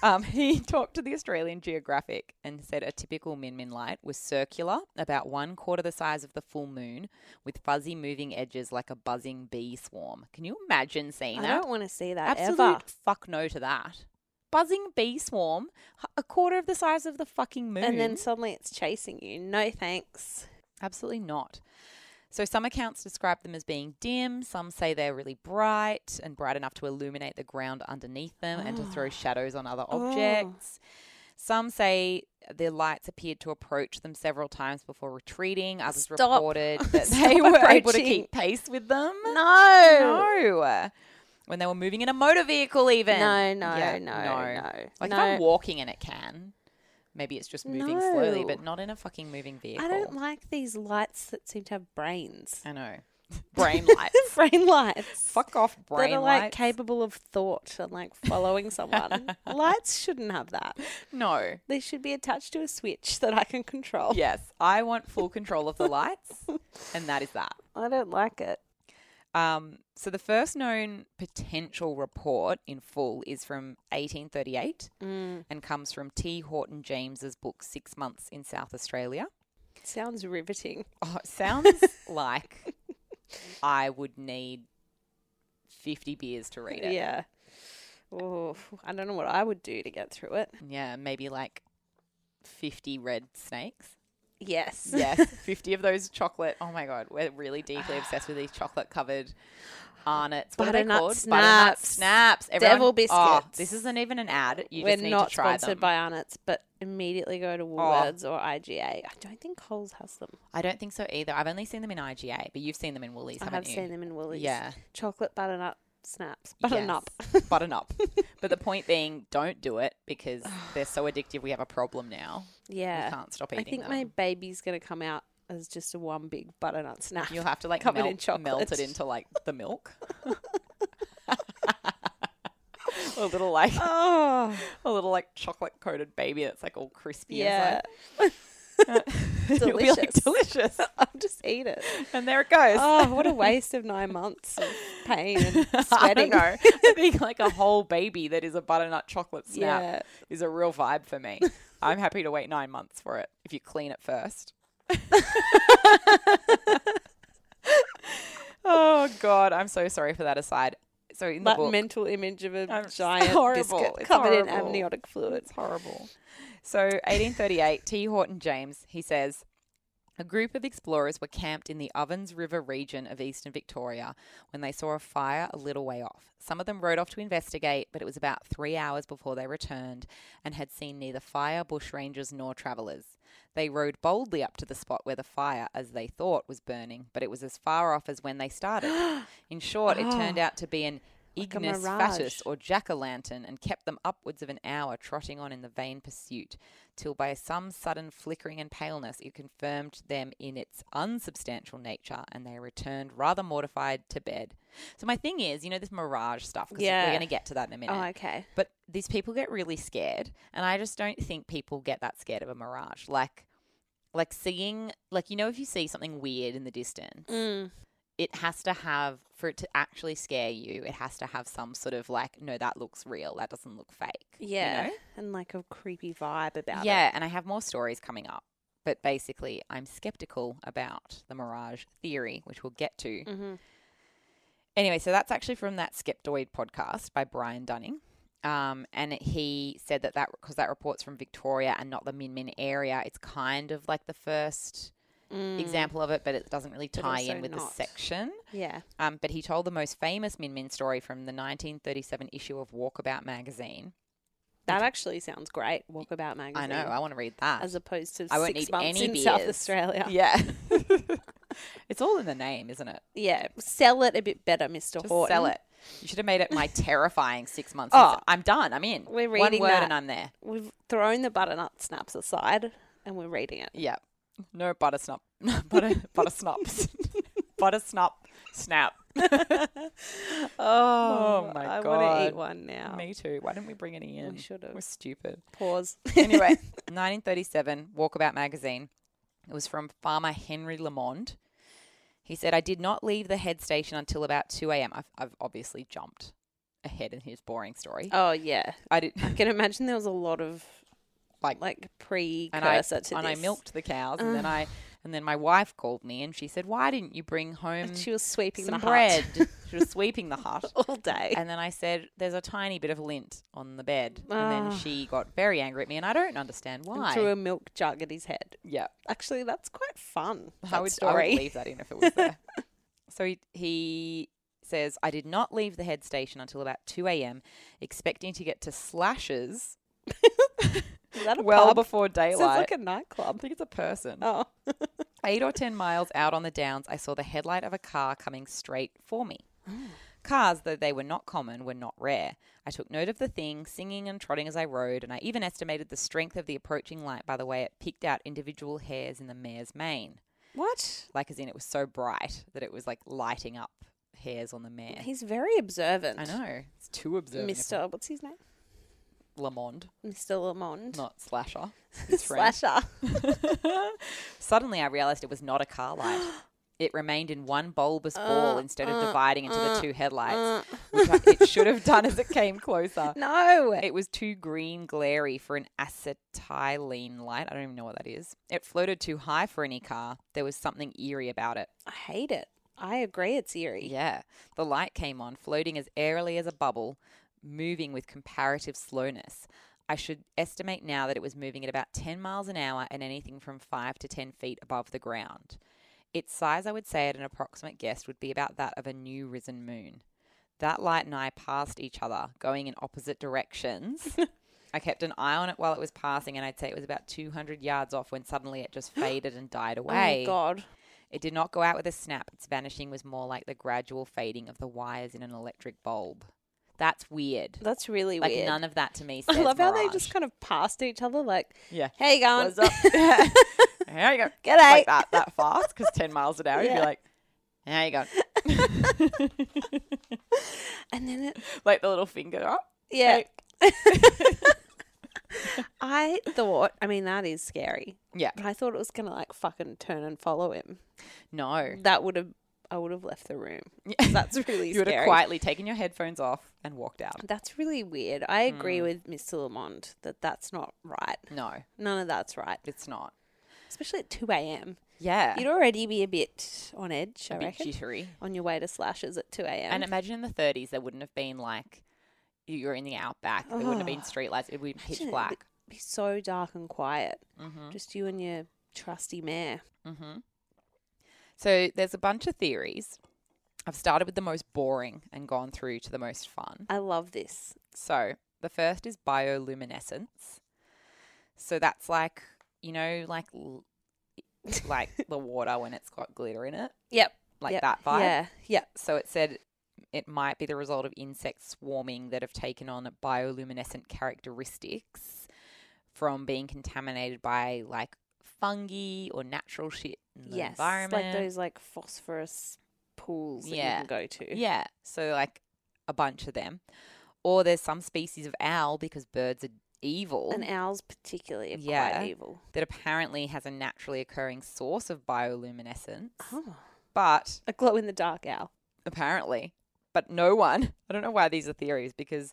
Speaker 1: um, he <laughs> talked to the Australian Geographic and said a typical min min light was circular, about one quarter the size of the full moon, with fuzzy moving edges like a buzzing bee swarm. Can you imagine seeing
Speaker 2: I
Speaker 1: that?
Speaker 2: don't want to see that
Speaker 1: Absolute
Speaker 2: ever.
Speaker 1: fuck no to that. Buzzing bee swarm, h- a quarter of the size of the fucking moon.
Speaker 2: And then suddenly it's chasing you. No thanks.
Speaker 1: Absolutely not. So some accounts describe them as being dim, some say they're really bright and bright enough to illuminate the ground underneath them and to throw shadows on other
Speaker 2: Ah. Oh.
Speaker 1: objects. Some say their lights appeared to approach them several times before retreating. Others
Speaker 2: Stop. <laughs>
Speaker 1: reported that
Speaker 2: Stop
Speaker 1: they were able to
Speaker 2: approaching.
Speaker 1: keep pace with them.
Speaker 2: No.
Speaker 1: No. When they were moving in a motor vehicle even.
Speaker 2: No, no,
Speaker 1: Yeah,
Speaker 2: no, no.
Speaker 1: Like
Speaker 2: no.
Speaker 1: if I'm walking and it can, maybe it's just moving slowly,
Speaker 2: No.
Speaker 1: but not in a fucking moving vehicle.
Speaker 2: I don't like these lights that seem to have brains. <laughs>
Speaker 1: I know. Brain lights.
Speaker 2: brain lights.
Speaker 1: Fuck off, brain
Speaker 2: that are like
Speaker 1: lights.
Speaker 2: capable of thought and like following
Speaker 1: <laughs>
Speaker 2: someone. lights shouldn't have that.
Speaker 1: no.
Speaker 2: They should be attached to a switch <laughs> that I can control.
Speaker 1: Yes, I want full control of the lights, and that is that.
Speaker 2: I don't like it.
Speaker 1: Um, so the first known potential report in full is from 1838 and comes from T. Horton James's book Six Months in South Australia.
Speaker 2: Sounds riveting.
Speaker 1: Oh, it sounds like I would need 50 beers to read it.
Speaker 2: Yeah. Oh, I don't know what I would do to get through it.
Speaker 1: yeah maybe like 50 red snakes.
Speaker 2: <laughs> Yes.
Speaker 1: Yes, 50 of those chocolate. Oh my God, we're really deeply obsessed with these chocolate covered arnots. What are they
Speaker 2: Butternut
Speaker 1: called? Butternut
Speaker 2: snaps.
Speaker 1: snaps.
Speaker 2: Devil
Speaker 1: Oh,
Speaker 2: biscuits.
Speaker 1: this isn't even an ad. You
Speaker 2: We're
Speaker 1: just need
Speaker 2: not
Speaker 1: to try
Speaker 2: sponsored
Speaker 1: them. Oh.
Speaker 2: by Arnott's, but immediately go to Woolworths or IGA. I don't think Coles has them.
Speaker 1: I don't think so either. I've only seen them in IGA, but you've seen them in Woolies,
Speaker 2: I
Speaker 1: haven't
Speaker 2: have
Speaker 1: you?
Speaker 2: seen them in Woolies.
Speaker 1: Yeah,
Speaker 2: Chocolate butternut snaps. Butternut. <laughs>
Speaker 1: button up. but the point being, don't do it
Speaker 2: <sighs>
Speaker 1: because they're so addictive. We have a problem now.
Speaker 2: yeah.
Speaker 1: We can't stop
Speaker 2: I
Speaker 1: eating
Speaker 2: think
Speaker 1: them.
Speaker 2: my baby's going to come out as just a one big butternut snap. <laughs>
Speaker 1: You'll have to like
Speaker 2: covered in
Speaker 1: melt, melt
Speaker 2: chocolate.
Speaker 1: it into like
Speaker 2: <laughs>
Speaker 1: the milk. <laughs> a little like
Speaker 2: oh,
Speaker 1: a little like chocolate coated baby that's like all crispy
Speaker 2: yeah.
Speaker 1: inside. It'll be, like, <laughs> delicious.
Speaker 2: I'll just eat it.
Speaker 1: And there it <laughs> goes.
Speaker 2: Oh, what a waste of nine months of pain and
Speaker 1: <laughs> I don't
Speaker 2: sweating. <laughs>
Speaker 1: know. I think like a whole baby that is a butternut chocolate snap
Speaker 2: Yeah.
Speaker 1: is a real vibe
Speaker 2: <laughs>
Speaker 1: for me. I'm happy to wait nine months for it if you clean
Speaker 2: <laughs>
Speaker 1: it first. <laughs> oh God, I'm so sorry for that aside. So in the
Speaker 2: That
Speaker 1: book,
Speaker 2: mental image of a
Speaker 1: I'm- it's
Speaker 2: giant
Speaker 1: horrible.
Speaker 2: biscuit
Speaker 1: It's
Speaker 2: covered in
Speaker 1: horrible.
Speaker 2: amniotic fluid.
Speaker 1: It's horrible. So 1838, T. Horton James, he says, A group of explorers were camped in the Ovens River region of eastern Victoria when they saw a fire a little way off. Some of them rode off to investigate, but it was about three hours before they returned and had seen neither fire, bushrangers, nor travellers. They rode boldly up to the spot where the fire, as they thought, was burning, but it was as far off as when they
Speaker 2: <gasps>
Speaker 1: started. In short, it turned out to be an
Speaker 2: Oh. Like a
Speaker 1: ignis
Speaker 2: mirage.
Speaker 1: fatuus or jack o' lantern and kept them upwards of an hour trotting on in the vain pursuit, till by some sudden flickering and paleness it confirmed them in its unsubstantial nature, and they returned rather mortified to bed. So, my thing is, you know, this mirage stuff, 'cause
Speaker 2: Yeah.
Speaker 1: we're going to get to that in a minute.
Speaker 2: Oh, okay.
Speaker 1: But these people get really scared, and I just don't think people get that scared of a mirage. Like, like seeing, like you know, if you see something weird in the distance,
Speaker 2: Mm.
Speaker 1: it has to have for it to actually scare you. It has to have some sort of like, no, that looks real. That doesn't look fake. you
Speaker 2: Yeah.
Speaker 1: know?
Speaker 2: And like a creepy vibe about it.
Speaker 1: yeah. And I have more stories coming up, but basically, I'm skeptical about the mirage theory, which we'll get to.
Speaker 2: Mm-hmm.
Speaker 1: Anyway, so that's actually from that Skeptoid podcast by Brian Dunning. Um, and he said that that because that report's from Victoria and not the Min Min area, it's kind of like the first example of it, but it doesn't really tie
Speaker 2: Mm. also
Speaker 1: in with the
Speaker 2: not.
Speaker 1: section.
Speaker 2: Yeah.
Speaker 1: Um, but he told the most famous Min Min story from the 1937 issue of Walkabout magazine.
Speaker 2: That actually sounds great. Walkabout magazine.
Speaker 1: I know, I want to read that.
Speaker 2: As opposed to
Speaker 1: I won't
Speaker 2: six
Speaker 1: need
Speaker 2: months
Speaker 1: any
Speaker 2: in South
Speaker 1: beers.
Speaker 2: Australia. <laughs>
Speaker 1: yeah, <laughs> it's all in the name, isn't it?
Speaker 2: Yeah, sell it a bit better, Mister
Speaker 1: Just
Speaker 2: Horton.
Speaker 1: sell it. You should have
Speaker 2: <laughs>
Speaker 1: made it my terrifying six months.
Speaker 2: Oh.
Speaker 1: I'm done. I'm in.
Speaker 2: We're
Speaker 1: One
Speaker 2: reading
Speaker 1: word
Speaker 2: that.
Speaker 1: and I'm there.
Speaker 2: We've thrown the butternut snaps aside, and we're reading it.
Speaker 1: Yeah. No butter snop. <laughs> No
Speaker 2: <laughs>
Speaker 1: butter butter <laughs> snops. butter snop snap. oh my
Speaker 2: I want to
Speaker 1: god.
Speaker 2: eat one now.
Speaker 1: Me too. Why didn't we bring any in?
Speaker 2: Oh. We should
Speaker 1: We're
Speaker 2: have
Speaker 1: stupid. <laughs>
Speaker 2: pause.
Speaker 1: Anyway, 1937 Walkabout magazine. It was from farmer Henry Lamond. He said, "I did not leave the head station until about 2 a.m. I've, I've obviously jumped ahead in his boring story.
Speaker 2: oh yeah,
Speaker 1: I did
Speaker 2: I can imagine there was a lot of
Speaker 1: Like-
Speaker 2: like like precursor
Speaker 1: and I
Speaker 2: to this.
Speaker 1: and I milked the cows, and then I and then my wife called me and she said, "Why didn't you bring home
Speaker 2: And she was sweeping
Speaker 1: some
Speaker 2: the
Speaker 1: bread.
Speaker 2: bread
Speaker 1: she was sweeping the hut.
Speaker 2: <laughs> all day.
Speaker 1: And then I said, There's a tiny bit of lint on the bed. And
Speaker 2: Ah.
Speaker 1: then she got very angry at me, and I don't understand
Speaker 2: and
Speaker 1: why.
Speaker 2: threw a milk jug at his head.
Speaker 1: yeah.
Speaker 2: Actually, that's quite fun.
Speaker 1: I
Speaker 2: That
Speaker 1: would, I would
Speaker 2: story.
Speaker 1: leave that in if it was there. <laughs> so he, he says, I did not leave the head station until about 2 a.m., expecting to get to Slashes
Speaker 2: <laughs> Is that a
Speaker 1: well
Speaker 2: pub?
Speaker 1: before daylight.
Speaker 2: Sounds like a
Speaker 1: I
Speaker 2: nightclub.
Speaker 1: think it's a person.
Speaker 2: Oh,
Speaker 1: Eight or ten miles out on the downs, I saw the headlight of a car coming straight for <gasps> me. Cars, though they were not common, were not rare. I took note of the thing, singing and trotting as I rode, and I even estimated the strength of the approaching light by the way it picked out individual hairs in the mare's mane.
Speaker 2: what?
Speaker 1: Like, as in, it was so bright that it was like lighting up hairs on the mare.
Speaker 2: He's very observant.
Speaker 1: I know. It's too observant.
Speaker 2: Mister, what's his name?
Speaker 1: Lamond,
Speaker 2: Mister Lamond. <laughs>
Speaker 1: not Slasher. His friend.
Speaker 2: Slasher. <laughs>
Speaker 1: Suddenly, I realized it was not a
Speaker 2: <gasps>
Speaker 1: car light. It remained in one bulbous
Speaker 2: Uh,
Speaker 1: ball instead of dividing into the two headlights, which I, it should have done as it came closer.
Speaker 2: <laughs> No.
Speaker 1: It was too green glary for an acetylene light. I don't even know what that is. It floated too high for any car. There was something eerie about it.
Speaker 2: I hate it. I agree it's eerie.
Speaker 1: Yeah. The light came on, floating as airily as a bubble, moving with comparative slowness. I should estimate now that it was moving at about 10 miles an hour and anything from 5 to 10 feet above the ground. Its size, I would say, at an approximate guess, would be about that of a new risen moon. That light and I passed each other, going in opposite directions. I kept an eye on it while it was passing, and I'd say it was about 200 yards off when suddenly it just faded and died away.
Speaker 2: Oh god.
Speaker 1: It did not go out with a snap. Its vanishing was more like the gradual fading of the wires in an electric bulb. That's weird.
Speaker 2: That's really
Speaker 1: Like
Speaker 2: weird.
Speaker 1: none of that to me. Says
Speaker 2: <laughs> I love how they
Speaker 1: mirage.
Speaker 2: just kind of passed each other like,
Speaker 1: <laughs> yeah.
Speaker 2: Hey going <laughs>
Speaker 1: What's up? How you go?
Speaker 2: G'day.
Speaker 1: Like that that fast because ten miles an hour. You'd be
Speaker 2: Yeah.
Speaker 1: like, how you
Speaker 2: <laughs>
Speaker 1: go?
Speaker 2: and then it
Speaker 1: Like the little finger up.
Speaker 2: Yeah. <laughs> I thought I mean that is scary.
Speaker 1: Yeah.
Speaker 2: But I thought it was gonna like fucking turn and follow him.
Speaker 1: No.
Speaker 2: That would have I would have left the room.
Speaker 1: <laughs>
Speaker 2: That's really
Speaker 1: You would have
Speaker 2: scary.
Speaker 1: quietly taken your headphones off and walked
Speaker 2: <laughs>
Speaker 1: out.
Speaker 2: That's really weird. I agree
Speaker 1: Mm.
Speaker 2: with Mr. Lamont that that's not right.
Speaker 1: No,
Speaker 2: None of that's right,
Speaker 1: it's not.
Speaker 2: especially at 2 a.m.
Speaker 1: Yeah.
Speaker 2: You'd already be a bit on edge, I
Speaker 1: a bit
Speaker 2: reckon,
Speaker 1: jittery.
Speaker 2: on your way to slashes at 2 a.m.
Speaker 1: And imagine in the 30s, there wouldn't have been like you were in the outback. There wouldn't have been streetlights. It would be pitch
Speaker 2: Imagine it would
Speaker 1: black.
Speaker 2: be so dark and quiet.
Speaker 1: Mhm.
Speaker 2: Just you and your trusty mare.
Speaker 1: Mm-hmm. So there's a bunch of theories. I've started with the most boring and gone through to the most fun.
Speaker 2: I love this.
Speaker 1: So the first is bioluminescence. So that's like you know, like l-
Speaker 2: <laughs>
Speaker 1: like the water when it's got glitter in it,
Speaker 2: Yep.
Speaker 1: like
Speaker 2: yep,
Speaker 1: that vibe.
Speaker 2: Yeah. Yep.
Speaker 1: So it said it might be the result of insect swarming that have taken on bioluminescent characteristics from being contaminated by like fungi or natural shit in the
Speaker 2: yes.
Speaker 1: environment.
Speaker 2: Like those like phosphorus pools that
Speaker 1: Yeah.
Speaker 2: you can go to.
Speaker 1: Yeah. So like a bunch of them. Or there's some species of owl because birds are evil
Speaker 2: And owls particularly are
Speaker 1: Yeah.
Speaker 2: quite evil.
Speaker 1: that apparently has a naturally occurring source of bioluminescence.
Speaker 2: Oh.
Speaker 1: But
Speaker 2: A glow in the dark
Speaker 1: <laughs>
Speaker 2: owl.
Speaker 1: apparently, but no one, <laughs> I don't know why these are theories because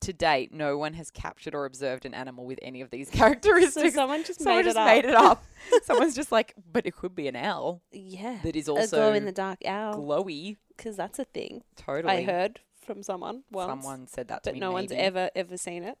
Speaker 1: to date, no one has captured or observed an animal with any of these <laughs>
Speaker 2: So
Speaker 1: characteristics.
Speaker 2: someone just
Speaker 1: Someone
Speaker 2: made
Speaker 1: just
Speaker 2: it up.
Speaker 1: made it up. Someone's just like, but it could be an owl
Speaker 2: <laughs> Yeah.
Speaker 1: that is
Speaker 2: a glow
Speaker 1: also
Speaker 2: in the dark owl.
Speaker 1: glowy.
Speaker 2: Because that's a thing.
Speaker 1: Totally.
Speaker 2: I heard from someone once.
Speaker 1: Someone said that to
Speaker 2: But
Speaker 1: me.
Speaker 2: no one's
Speaker 1: maybe.
Speaker 2: ever, ever seen it.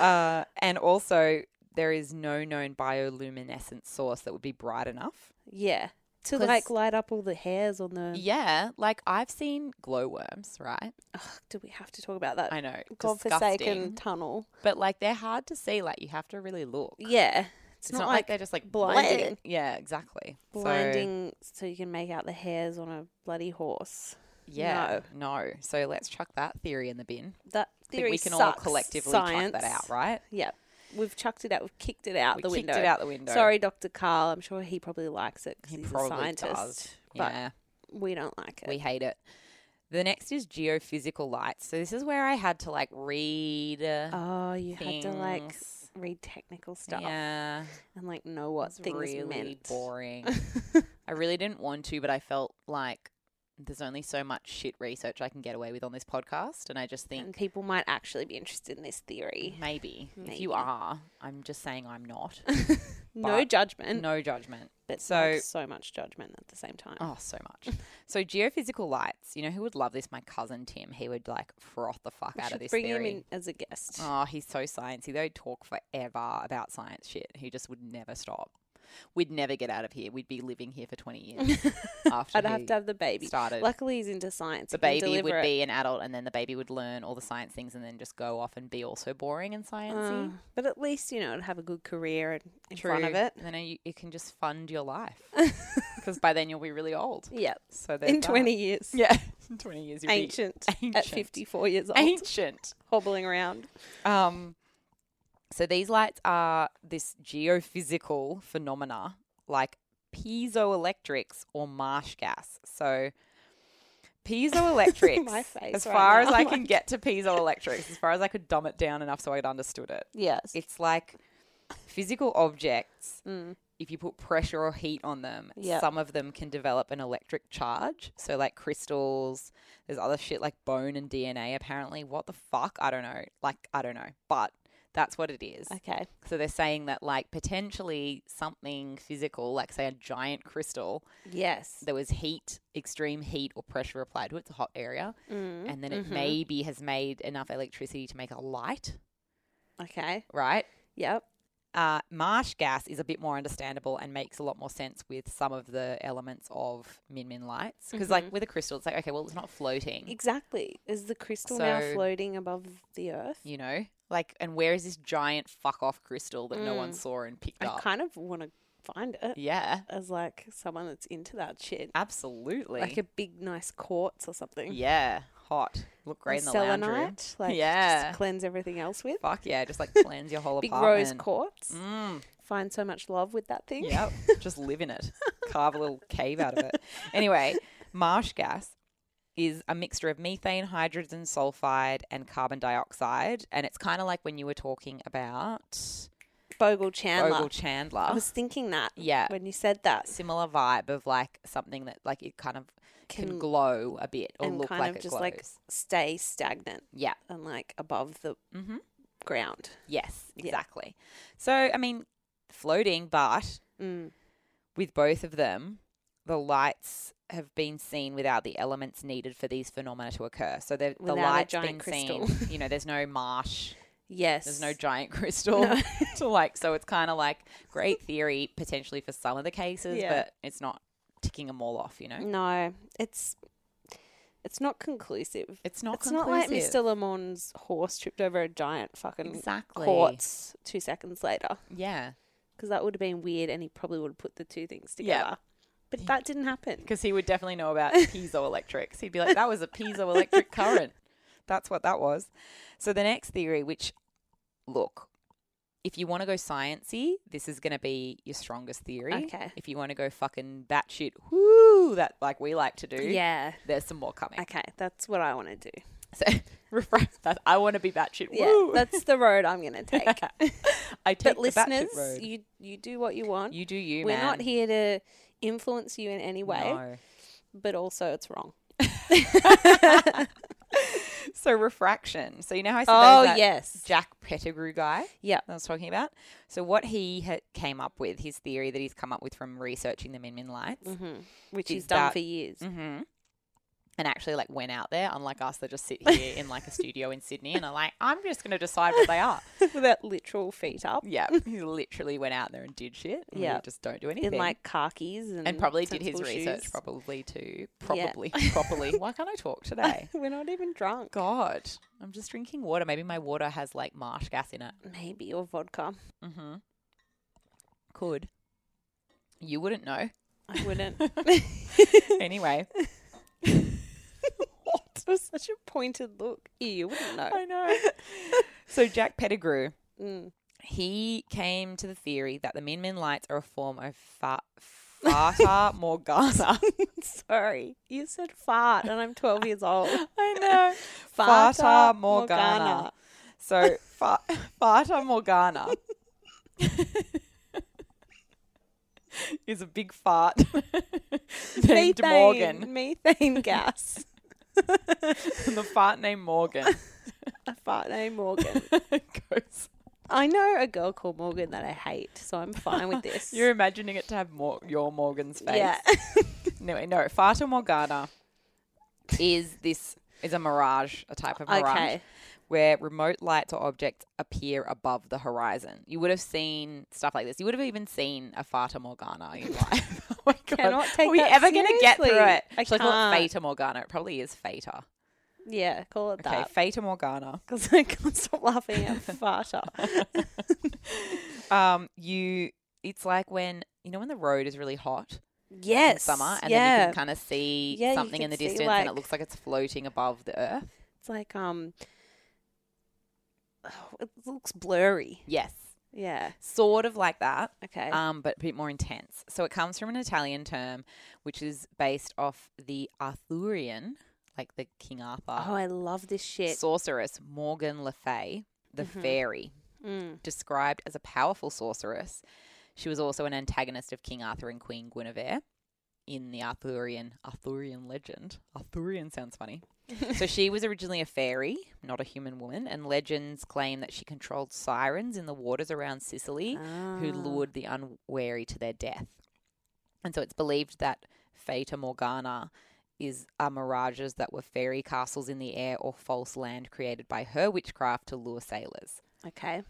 Speaker 1: Uh, and also, there is no known bioluminescent source that would be bright enough.
Speaker 2: Yeah. To
Speaker 1: 'Cause-
Speaker 2: like light up all the hairs on the.
Speaker 1: Yeah, like I've seen glowworms, right?
Speaker 2: Ugh, do we have to talk about that?
Speaker 1: I know,
Speaker 2: Godforsaken
Speaker 1: disgusting.
Speaker 2: tunnel.
Speaker 1: But like they're hard to see. Like you have to really look.
Speaker 2: Yeah. It's,
Speaker 1: It's not, like, they're just like
Speaker 2: blinding.
Speaker 1: bleh. Yeah, exactly. So,
Speaker 2: blinding so you can make out the hairs on a bloody horse.
Speaker 1: yeah, no. So let's chuck that theory in the bin.
Speaker 2: That
Speaker 1: I think
Speaker 2: theory
Speaker 1: we can all
Speaker 2: sucks.
Speaker 1: collectively
Speaker 2: Science.
Speaker 1: chuck that out, right?
Speaker 2: Yeah. We've chucked it out. We've kicked it out
Speaker 1: we
Speaker 2: the
Speaker 1: kicked
Speaker 2: window.
Speaker 1: it out the window.
Speaker 2: Sorry, Dr. Carl. I'm sure he probably likes it because
Speaker 1: He
Speaker 2: he's
Speaker 1: probably
Speaker 2: a scientist.
Speaker 1: does.
Speaker 2: But
Speaker 1: yeah,
Speaker 2: we don't like it.
Speaker 1: we hate it. The next is geophysical lights. So this is where I had to like read. Uh,
Speaker 2: oh, you had to like
Speaker 1: things.
Speaker 2: read technical stuff
Speaker 1: Yeah,
Speaker 2: and like know what
Speaker 1: it's
Speaker 2: things
Speaker 1: really
Speaker 2: <laughs> meant.
Speaker 1: boring. I really didn't want to, but I felt like there's only so much shit research I can get away with on this podcast, and I just
Speaker 2: and
Speaker 1: think
Speaker 2: people might actually be interested in this theory.
Speaker 1: maybe, if you
Speaker 2: Maybe.
Speaker 1: are, I'm just saying I'm not.
Speaker 2: no
Speaker 1: But-
Speaker 2: judgment,
Speaker 1: no judgment.
Speaker 2: but so
Speaker 1: so-
Speaker 2: so much judgment at the same time.
Speaker 1: Oh, so much. <laughs> So geophysical lights. You know who would love this? My cousin Tim. He would like froth the fuck
Speaker 2: we
Speaker 1: out
Speaker 2: should
Speaker 1: of this
Speaker 2: bring
Speaker 1: theory.
Speaker 2: him in as a guest.
Speaker 1: Oh, he's so sciencey. They'd talk forever about science shit. He just would never stop. We'd never get out of here. We'd be living here for 20 years
Speaker 2: <laughs>
Speaker 1: after
Speaker 2: I'd have
Speaker 1: he
Speaker 2: to have the baby.
Speaker 1: started.
Speaker 2: Luckily, he's into science.
Speaker 1: the baby would be an adult, and then the baby would learn all the science things, and then just go off and be also boring and sciencey.
Speaker 2: Uh, but at least you know it'd have a good career in, in front of it.
Speaker 1: And then you, you can just fund
Speaker 2: <laughs>
Speaker 1: your life because by then you'll be really old.
Speaker 2: Yeah,
Speaker 1: So there's
Speaker 2: in
Speaker 1: that.
Speaker 2: twenty years,
Speaker 1: uh, yeah, <laughs> in 20 years you'll be <laughs>
Speaker 2: ancient, at
Speaker 1: ancient.
Speaker 2: fifty-four years old,
Speaker 1: ancient.
Speaker 2: hobbling around.
Speaker 1: Um, so these lights are this geophysical phenomena like piezoelectrics or marsh gas.
Speaker 2: <laughs>
Speaker 1: So piezoelectrics,
Speaker 2: My face
Speaker 1: as
Speaker 2: right
Speaker 1: far
Speaker 2: now, <laughs>
Speaker 1: as I
Speaker 2: I'm
Speaker 1: can
Speaker 2: like-
Speaker 1: get to piezoelectrics, as far as I could dumb it down enough so I'd understood it.
Speaker 2: Yes,
Speaker 1: It's like physical objects.
Speaker 2: Mm.
Speaker 1: If you put pressure or heat on them,
Speaker 2: Yep.
Speaker 1: some of them can develop an electric charge. So, like crystals, there's other shit like bone and DNA, apparently. What the fuck? I don't know. Like, I don't know. But that's what it is.
Speaker 2: okay.
Speaker 1: So, they're saying that, like, potentially something physical, like, say, a giant crystal,
Speaker 2: Yes,
Speaker 1: there was heat, extreme heat or pressure applied to it. It's a hot area.
Speaker 2: Mm,
Speaker 1: And then it
Speaker 2: mhm.
Speaker 1: maybe has made enough electricity to make a light,
Speaker 2: okay.
Speaker 1: right?
Speaker 2: Yep.
Speaker 1: uh, marsh gas is a bit more understandable and makes a lot more sense with some of the elements of min min lights because
Speaker 2: Mm-hmm.
Speaker 1: like with a crystal it's like okay well it's not floating
Speaker 2: Exactly. Is the crystal now
Speaker 1: So-
Speaker 2: floating above the earth?
Speaker 1: you know like and where is this giant fuck off crystal that no one
Speaker 2: Mm.
Speaker 1: saw and picked
Speaker 2: I
Speaker 1: up
Speaker 2: kind of want to find it
Speaker 1: yeah
Speaker 2: as like someone that's into that shit,
Speaker 1: absolutely
Speaker 2: like a big nice quartz or something.
Speaker 1: yeah hot look
Speaker 2: Or
Speaker 1: great in the lounge room
Speaker 2: selenite, like
Speaker 1: Yeah.
Speaker 2: just cleanse everything else with.
Speaker 1: fuck yeah
Speaker 2: <laughs>
Speaker 1: just like cleanse your whole
Speaker 2: Big
Speaker 1: apartment
Speaker 2: rose quartz.
Speaker 1: mm,
Speaker 2: Find so much love with that thing.
Speaker 1: yep <laughs> just live in it carve a little cave out of it anyway marsh gas is a mixture of methane, hydrogen sulfide, and carbon dioxide. And it's kind of like when you were talking about
Speaker 2: Bogle Chandler.
Speaker 1: Bogle Chandler.
Speaker 2: I was thinking that
Speaker 1: yeah.
Speaker 2: when you said that.
Speaker 1: Similar vibe of like something that like it kind of can,
Speaker 2: Can-
Speaker 1: glow a bit or
Speaker 2: and
Speaker 1: look
Speaker 2: kind
Speaker 1: like
Speaker 2: of
Speaker 1: it
Speaker 2: just
Speaker 1: glows.
Speaker 2: like stay stagnant
Speaker 1: yeah.
Speaker 2: and like above the
Speaker 1: hmm
Speaker 2: ground.
Speaker 1: Yes,
Speaker 2: Yeah.
Speaker 1: exactly. So, I mean, floating, but
Speaker 2: Mm.
Speaker 1: with both of them, the lights have been seen without the elements needed for these phenomena to occur. So the, the
Speaker 2: Without a
Speaker 1: lights
Speaker 2: giant
Speaker 1: being
Speaker 2: crystal.
Speaker 1: seen, you know, there's no marsh
Speaker 2: Yes.
Speaker 1: There's no giant crystal
Speaker 2: <laughs> No.
Speaker 1: to like, so it's kind of like great theory potentially for some of the cases,
Speaker 2: Yeah.
Speaker 1: but it's not ticking them all off, you know?
Speaker 2: No, it's it's not conclusive.
Speaker 1: It's not
Speaker 2: it's not like
Speaker 1: conclusive.
Speaker 2: Mr. Lamont's horse tripped over a giant fucking
Speaker 1: Exactly.
Speaker 2: quartz two seconds later,
Speaker 1: Yeah.
Speaker 2: because that would have been weird, and he probably would have put the two things
Speaker 1: Yeah.
Speaker 2: together. But that didn't happen.
Speaker 1: Because he would definitely know about piezoelectrics. He'd be like, that was a <laughs> piezoelectric current. That's what that was. So the next theory, which, look, if you want to go sciencey, this is going to be your strongest theory.
Speaker 2: Okay.
Speaker 1: If you want to go fucking batshit, whoo, that like we like to do,
Speaker 2: Yeah.
Speaker 1: there's some more coming.
Speaker 2: Okay, that's what I want to do.
Speaker 1: So, <laughs> refresh that. I want to be batshit,
Speaker 2: Yeah,
Speaker 1: <laughs> woo.
Speaker 2: that's the road I'm
Speaker 1: <laughs>
Speaker 2: going to take.
Speaker 1: I take
Speaker 2: but
Speaker 1: the
Speaker 2: listeners,
Speaker 1: batshit road. You,
Speaker 2: you you do what you want.
Speaker 1: do you,
Speaker 2: We're
Speaker 1: man.
Speaker 2: not here to influence you in any way,
Speaker 1: No.
Speaker 2: but also it's wrong.
Speaker 1: So refraction. So you know how I said there was
Speaker 2: Oh
Speaker 1: that
Speaker 2: yes,
Speaker 1: Jack Pettigrew guy?
Speaker 2: yeah,
Speaker 1: that I was talking about. So what he ha- came up with, his theory that he's come up with from researching the Min Min lights,
Speaker 2: hmm which
Speaker 1: Is
Speaker 2: he's done
Speaker 1: that-
Speaker 2: for years.
Speaker 1: <laughs> hmm and actually like went out there, unlike us that just sit here in like a studio in Sydney and are like, I'm just going to decide what
Speaker 2: <laughs>
Speaker 1: they are.
Speaker 2: with that literal feet up
Speaker 1: Yeah, <laughs> he literally went out there and did shit. and we
Speaker 2: Yeah.
Speaker 1: just don't do anything.
Speaker 2: in like khakis and,
Speaker 1: and probably did his
Speaker 2: sensible
Speaker 1: research
Speaker 2: shoes.
Speaker 1: probably too.
Speaker 2: <laughs>
Speaker 1: Probably, properly. Why can't I talk today?
Speaker 2: We're not even drunk.
Speaker 1: God, I'm just drinking water. Maybe my water has like marsh gas in it.
Speaker 2: Maybe or vodka.
Speaker 1: Mm-hmm. Could. You wouldn't know. <laughs>
Speaker 2: I wouldn't.
Speaker 1: Anyway,
Speaker 2: what? <laughs> It was such a pointed look. Ew, You wouldn't know.
Speaker 1: <laughs> I know. <laughs> so Jack Pettigrew,
Speaker 2: Mm.
Speaker 1: he came to the theory that the Min Min lights are a form of fa- <laughs> Fata Morgana.
Speaker 2: <laughs> Sorry, you said fart, and I'm 12 years old.
Speaker 1: I know. <laughs> Fata, Morgana. So fa- Fata <laughs> Morgana is a big fart <laughs> named
Speaker 2: Methane,
Speaker 1: Morgan. <laughs>
Speaker 2: methane gas.
Speaker 1: And the fart named <laughs> Morgan
Speaker 2: a fart named eh, Morgan.
Speaker 1: <laughs> goes.
Speaker 2: I know a girl called Morgan that I hate, so I'm fine with <laughs> this.
Speaker 1: You're imagining it to have Mor- your Morgan's
Speaker 2: <laughs>
Speaker 1: face.
Speaker 2: yeah.
Speaker 1: Anyway, no, Fata Morgana is this is a mirage, a type of mirage
Speaker 2: okay.
Speaker 1: where remote lights or objects appear above the horizon. You would have seen stuff like this. You would have even seen a Fata Morgana
Speaker 2: <laughs>
Speaker 1: in life. <laughs> oh my god.
Speaker 2: Cannot take
Speaker 1: Are we
Speaker 2: that
Speaker 1: ever gonna get through
Speaker 2: seriously.
Speaker 1: it?
Speaker 2: I
Speaker 1: Should I call it
Speaker 2: can't.
Speaker 1: Fata Morgana? It probably is Fata.
Speaker 2: Yeah, call it
Speaker 1: Okay,
Speaker 2: that.
Speaker 1: Fata Morgana.
Speaker 2: Because I can't stop laughing
Speaker 1: <laughs>
Speaker 2: at farter.
Speaker 1: Um, you it's like when you know when the road is really hot in
Speaker 2: yes.
Speaker 1: summer and
Speaker 2: yeah.
Speaker 1: then you can kind of see
Speaker 2: Yeah, you
Speaker 1: something in
Speaker 2: can
Speaker 1: the
Speaker 2: see,
Speaker 1: distance and it
Speaker 2: like-
Speaker 1: looks like it's floating above the earth.
Speaker 2: It's like um, <sighs> oh, it looks blurry.
Speaker 1: Yes.
Speaker 2: Yeah.
Speaker 1: Sort of like that.
Speaker 2: Okay.
Speaker 1: um, but a bit more intense. So it comes from an Italian term, which is based off the Arthurian, like the King Arthur,
Speaker 2: oh, I love this shit.
Speaker 1: sorceress Morgan Le Fay, the
Speaker 2: Mhm.
Speaker 1: fairy,
Speaker 2: Mm.
Speaker 1: described as a powerful sorceress. She was also an antagonist of King Arthur and Queen Guinevere in the Arthurian Arthurian legend. Arthurian sounds funny. so she was originally a fairy, not a human woman, and legends claim that she controlled sirens in the waters around Sicily <laughs> who
Speaker 2: Ah.
Speaker 1: lured the unwary to their death. And so it's believed that Fata Morgana is are mirages that were fairy castles in the air or false land created by her witchcraft to lure sailors. Um,
Speaker 2: Okay.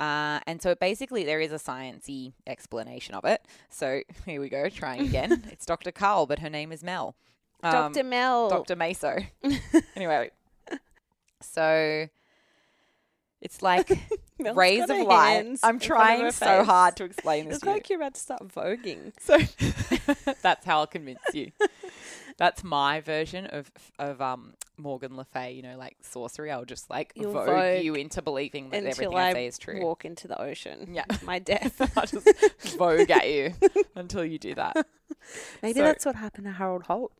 Speaker 1: Uh, and so basically there is a sciencey explanation of it. So <laughs> here we go,
Speaker 2: <laughs>
Speaker 1: trying again. it's Dr. Carl, but her name is Mel. Um,
Speaker 2: Dr. Mel.
Speaker 1: Dr. Meso.
Speaker 2: <laughs>
Speaker 1: anyway, so
Speaker 2: <laughs>
Speaker 1: it's like
Speaker 2: Mel's
Speaker 1: rays
Speaker 2: got
Speaker 1: of
Speaker 2: her
Speaker 1: light.
Speaker 2: hands
Speaker 1: I'm
Speaker 2: in front of
Speaker 1: trying
Speaker 2: her
Speaker 1: so
Speaker 2: face.
Speaker 1: hard to explain this
Speaker 2: It's
Speaker 1: to you.
Speaker 2: like you're about to start voguing.
Speaker 1: So that's how I'll convince you. <laughs> That's my version of of um Morgan Le Fay, you know, like sorcery. I'll just like
Speaker 2: You'll
Speaker 1: vogue,
Speaker 2: vogue
Speaker 1: you into believing that
Speaker 2: until
Speaker 1: everything
Speaker 2: I
Speaker 1: I say is true.
Speaker 2: Walk into the ocean.
Speaker 1: <laughs> Yeah. <laughs>
Speaker 2: with My death.
Speaker 1: I'll just vogue
Speaker 2: <laughs>
Speaker 1: at you until you do that.
Speaker 2: Maybe
Speaker 1: So-
Speaker 2: that's what happened to Harold <laughs> Holt.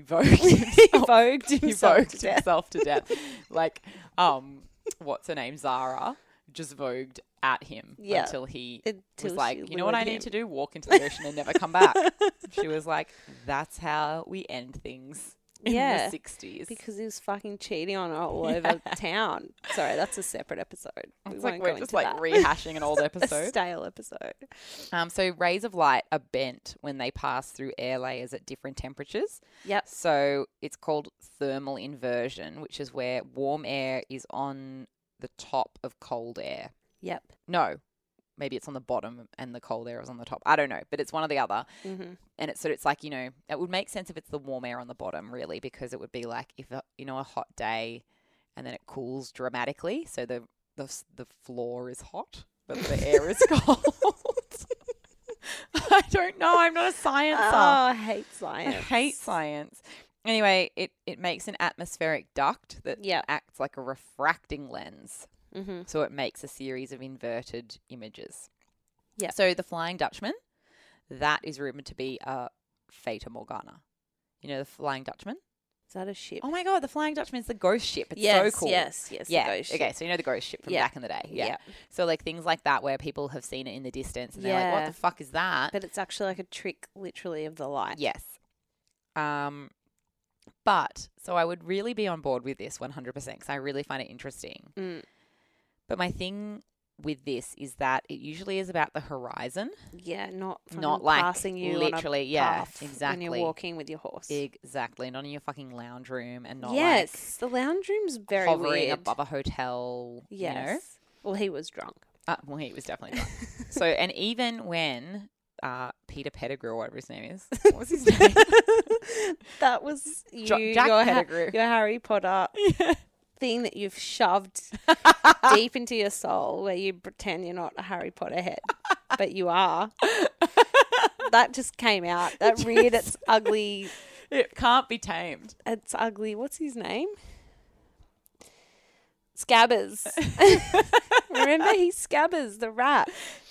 Speaker 2: <laughs>
Speaker 1: vogued
Speaker 2: Oh, He vogued
Speaker 1: he
Speaker 2: himself
Speaker 1: vogued
Speaker 2: to death.
Speaker 1: himself
Speaker 2: <laughs>
Speaker 1: to death. Like, um what's her name? Zara just vogued at him
Speaker 2: Yeah.
Speaker 1: until he
Speaker 2: Until
Speaker 1: was
Speaker 2: she
Speaker 1: like, you know what
Speaker 2: lured
Speaker 1: I need
Speaker 2: him."
Speaker 1: to do? Walk into the ocean and never
Speaker 2: <laughs>
Speaker 1: come back. <laughs> she was like, that's how we end things in
Speaker 2: Yeah.
Speaker 1: the 60s.
Speaker 2: Because he was fucking cheating on her
Speaker 1: <laughs>
Speaker 2: all over town. Sorry, that's a separate episode. We
Speaker 1: it's
Speaker 2: won't
Speaker 1: like
Speaker 2: go
Speaker 1: we're
Speaker 2: into
Speaker 1: just like
Speaker 2: that.
Speaker 1: rehashing an
Speaker 2: <laughs>
Speaker 1: old
Speaker 2: A
Speaker 1: episode.
Speaker 2: stale episode.
Speaker 1: Um, so rays of light are bent when they pass through air layers at different temperatures.
Speaker 2: Yep.
Speaker 1: So it's called thermal inversion, which is where warm air is on the top of cold air.
Speaker 2: Yep.
Speaker 1: No, maybe it's on the bottom and the cold air is on the top. I don't know, but it's one or the other.
Speaker 2: Mm-hmm.
Speaker 1: And it's so it's like you know it would make sense if it's the warm air on the bottom really because it would be like if a, you know a hot day, and then it cools dramatically, so the the s- the floor is hot but the air is cold. <laughs> I don't know. I'm not a sciencer.
Speaker 2: Oh, I hate
Speaker 1: I
Speaker 2: science.
Speaker 1: hate science. Anyway, it, it makes an atmospheric duct that
Speaker 2: Yep.
Speaker 1: acts like a refracting lens.
Speaker 2: Mm-hmm.
Speaker 1: So it makes a series of inverted images.
Speaker 2: Yep.
Speaker 1: So the Flying Dutchman, that is rumored to be a Fata Morgana. You know the Flying Dutchman?
Speaker 2: Is that a ship?
Speaker 1: Oh my god, the Flying Dutchman is the ghost ship. It's
Speaker 2: yes,
Speaker 1: so cool.
Speaker 2: yes, yes, the
Speaker 1: Yeah.
Speaker 2: ghost
Speaker 1: Okay,
Speaker 2: ship.
Speaker 1: so you know the ghost ship from
Speaker 2: Yeah.
Speaker 1: back in the day. Yeah. So like things like that where people have seen it in the distance and they're like,
Speaker 2: Yeah.
Speaker 1: What the fuck is that?
Speaker 2: But it's actually like a trick, literally, of the light.
Speaker 1: Yes. Um, but so I would really be on board with this 100% because I really find it interesting.
Speaker 2: Mm.
Speaker 1: But my thing with this is that it usually is about the horizon,
Speaker 2: Yeah, not
Speaker 1: not
Speaker 2: fucking
Speaker 1: like
Speaker 2: passing you on
Speaker 1: literally,
Speaker 2: a
Speaker 1: yeah,
Speaker 2: path
Speaker 1: exactly,
Speaker 2: when you're walking with your horse.
Speaker 1: exactly, not in your fucking lounge room and not
Speaker 2: yes, the lounge room's
Speaker 1: like
Speaker 2: very
Speaker 1: hovering
Speaker 2: weird.
Speaker 1: above a hotel.
Speaker 2: yes.
Speaker 1: You know?
Speaker 2: Well, he was <laughs> drunk.
Speaker 1: Uh, well, he was definitely
Speaker 2: <laughs>
Speaker 1: drunk. so, and even when uh, Peter Pettigrew, or whatever his name
Speaker 2: <laughs>
Speaker 1: is, what was his name?
Speaker 2: that was you,
Speaker 1: Jo- Jack
Speaker 2: your, Ha-
Speaker 1: Pettigrew.
Speaker 2: your Harry Potter <laughs> thing that you've shoved <laughs> deep into your soul, where you pretend you're not a Harry Potter head, but you are. That just came <laughs> out. That reared its ugly.
Speaker 1: <laughs> it can't be tamed.
Speaker 2: Its ugly. What's his name? <laughs> Scabbers. <laughs> Remember, he's Scabbers, the rat.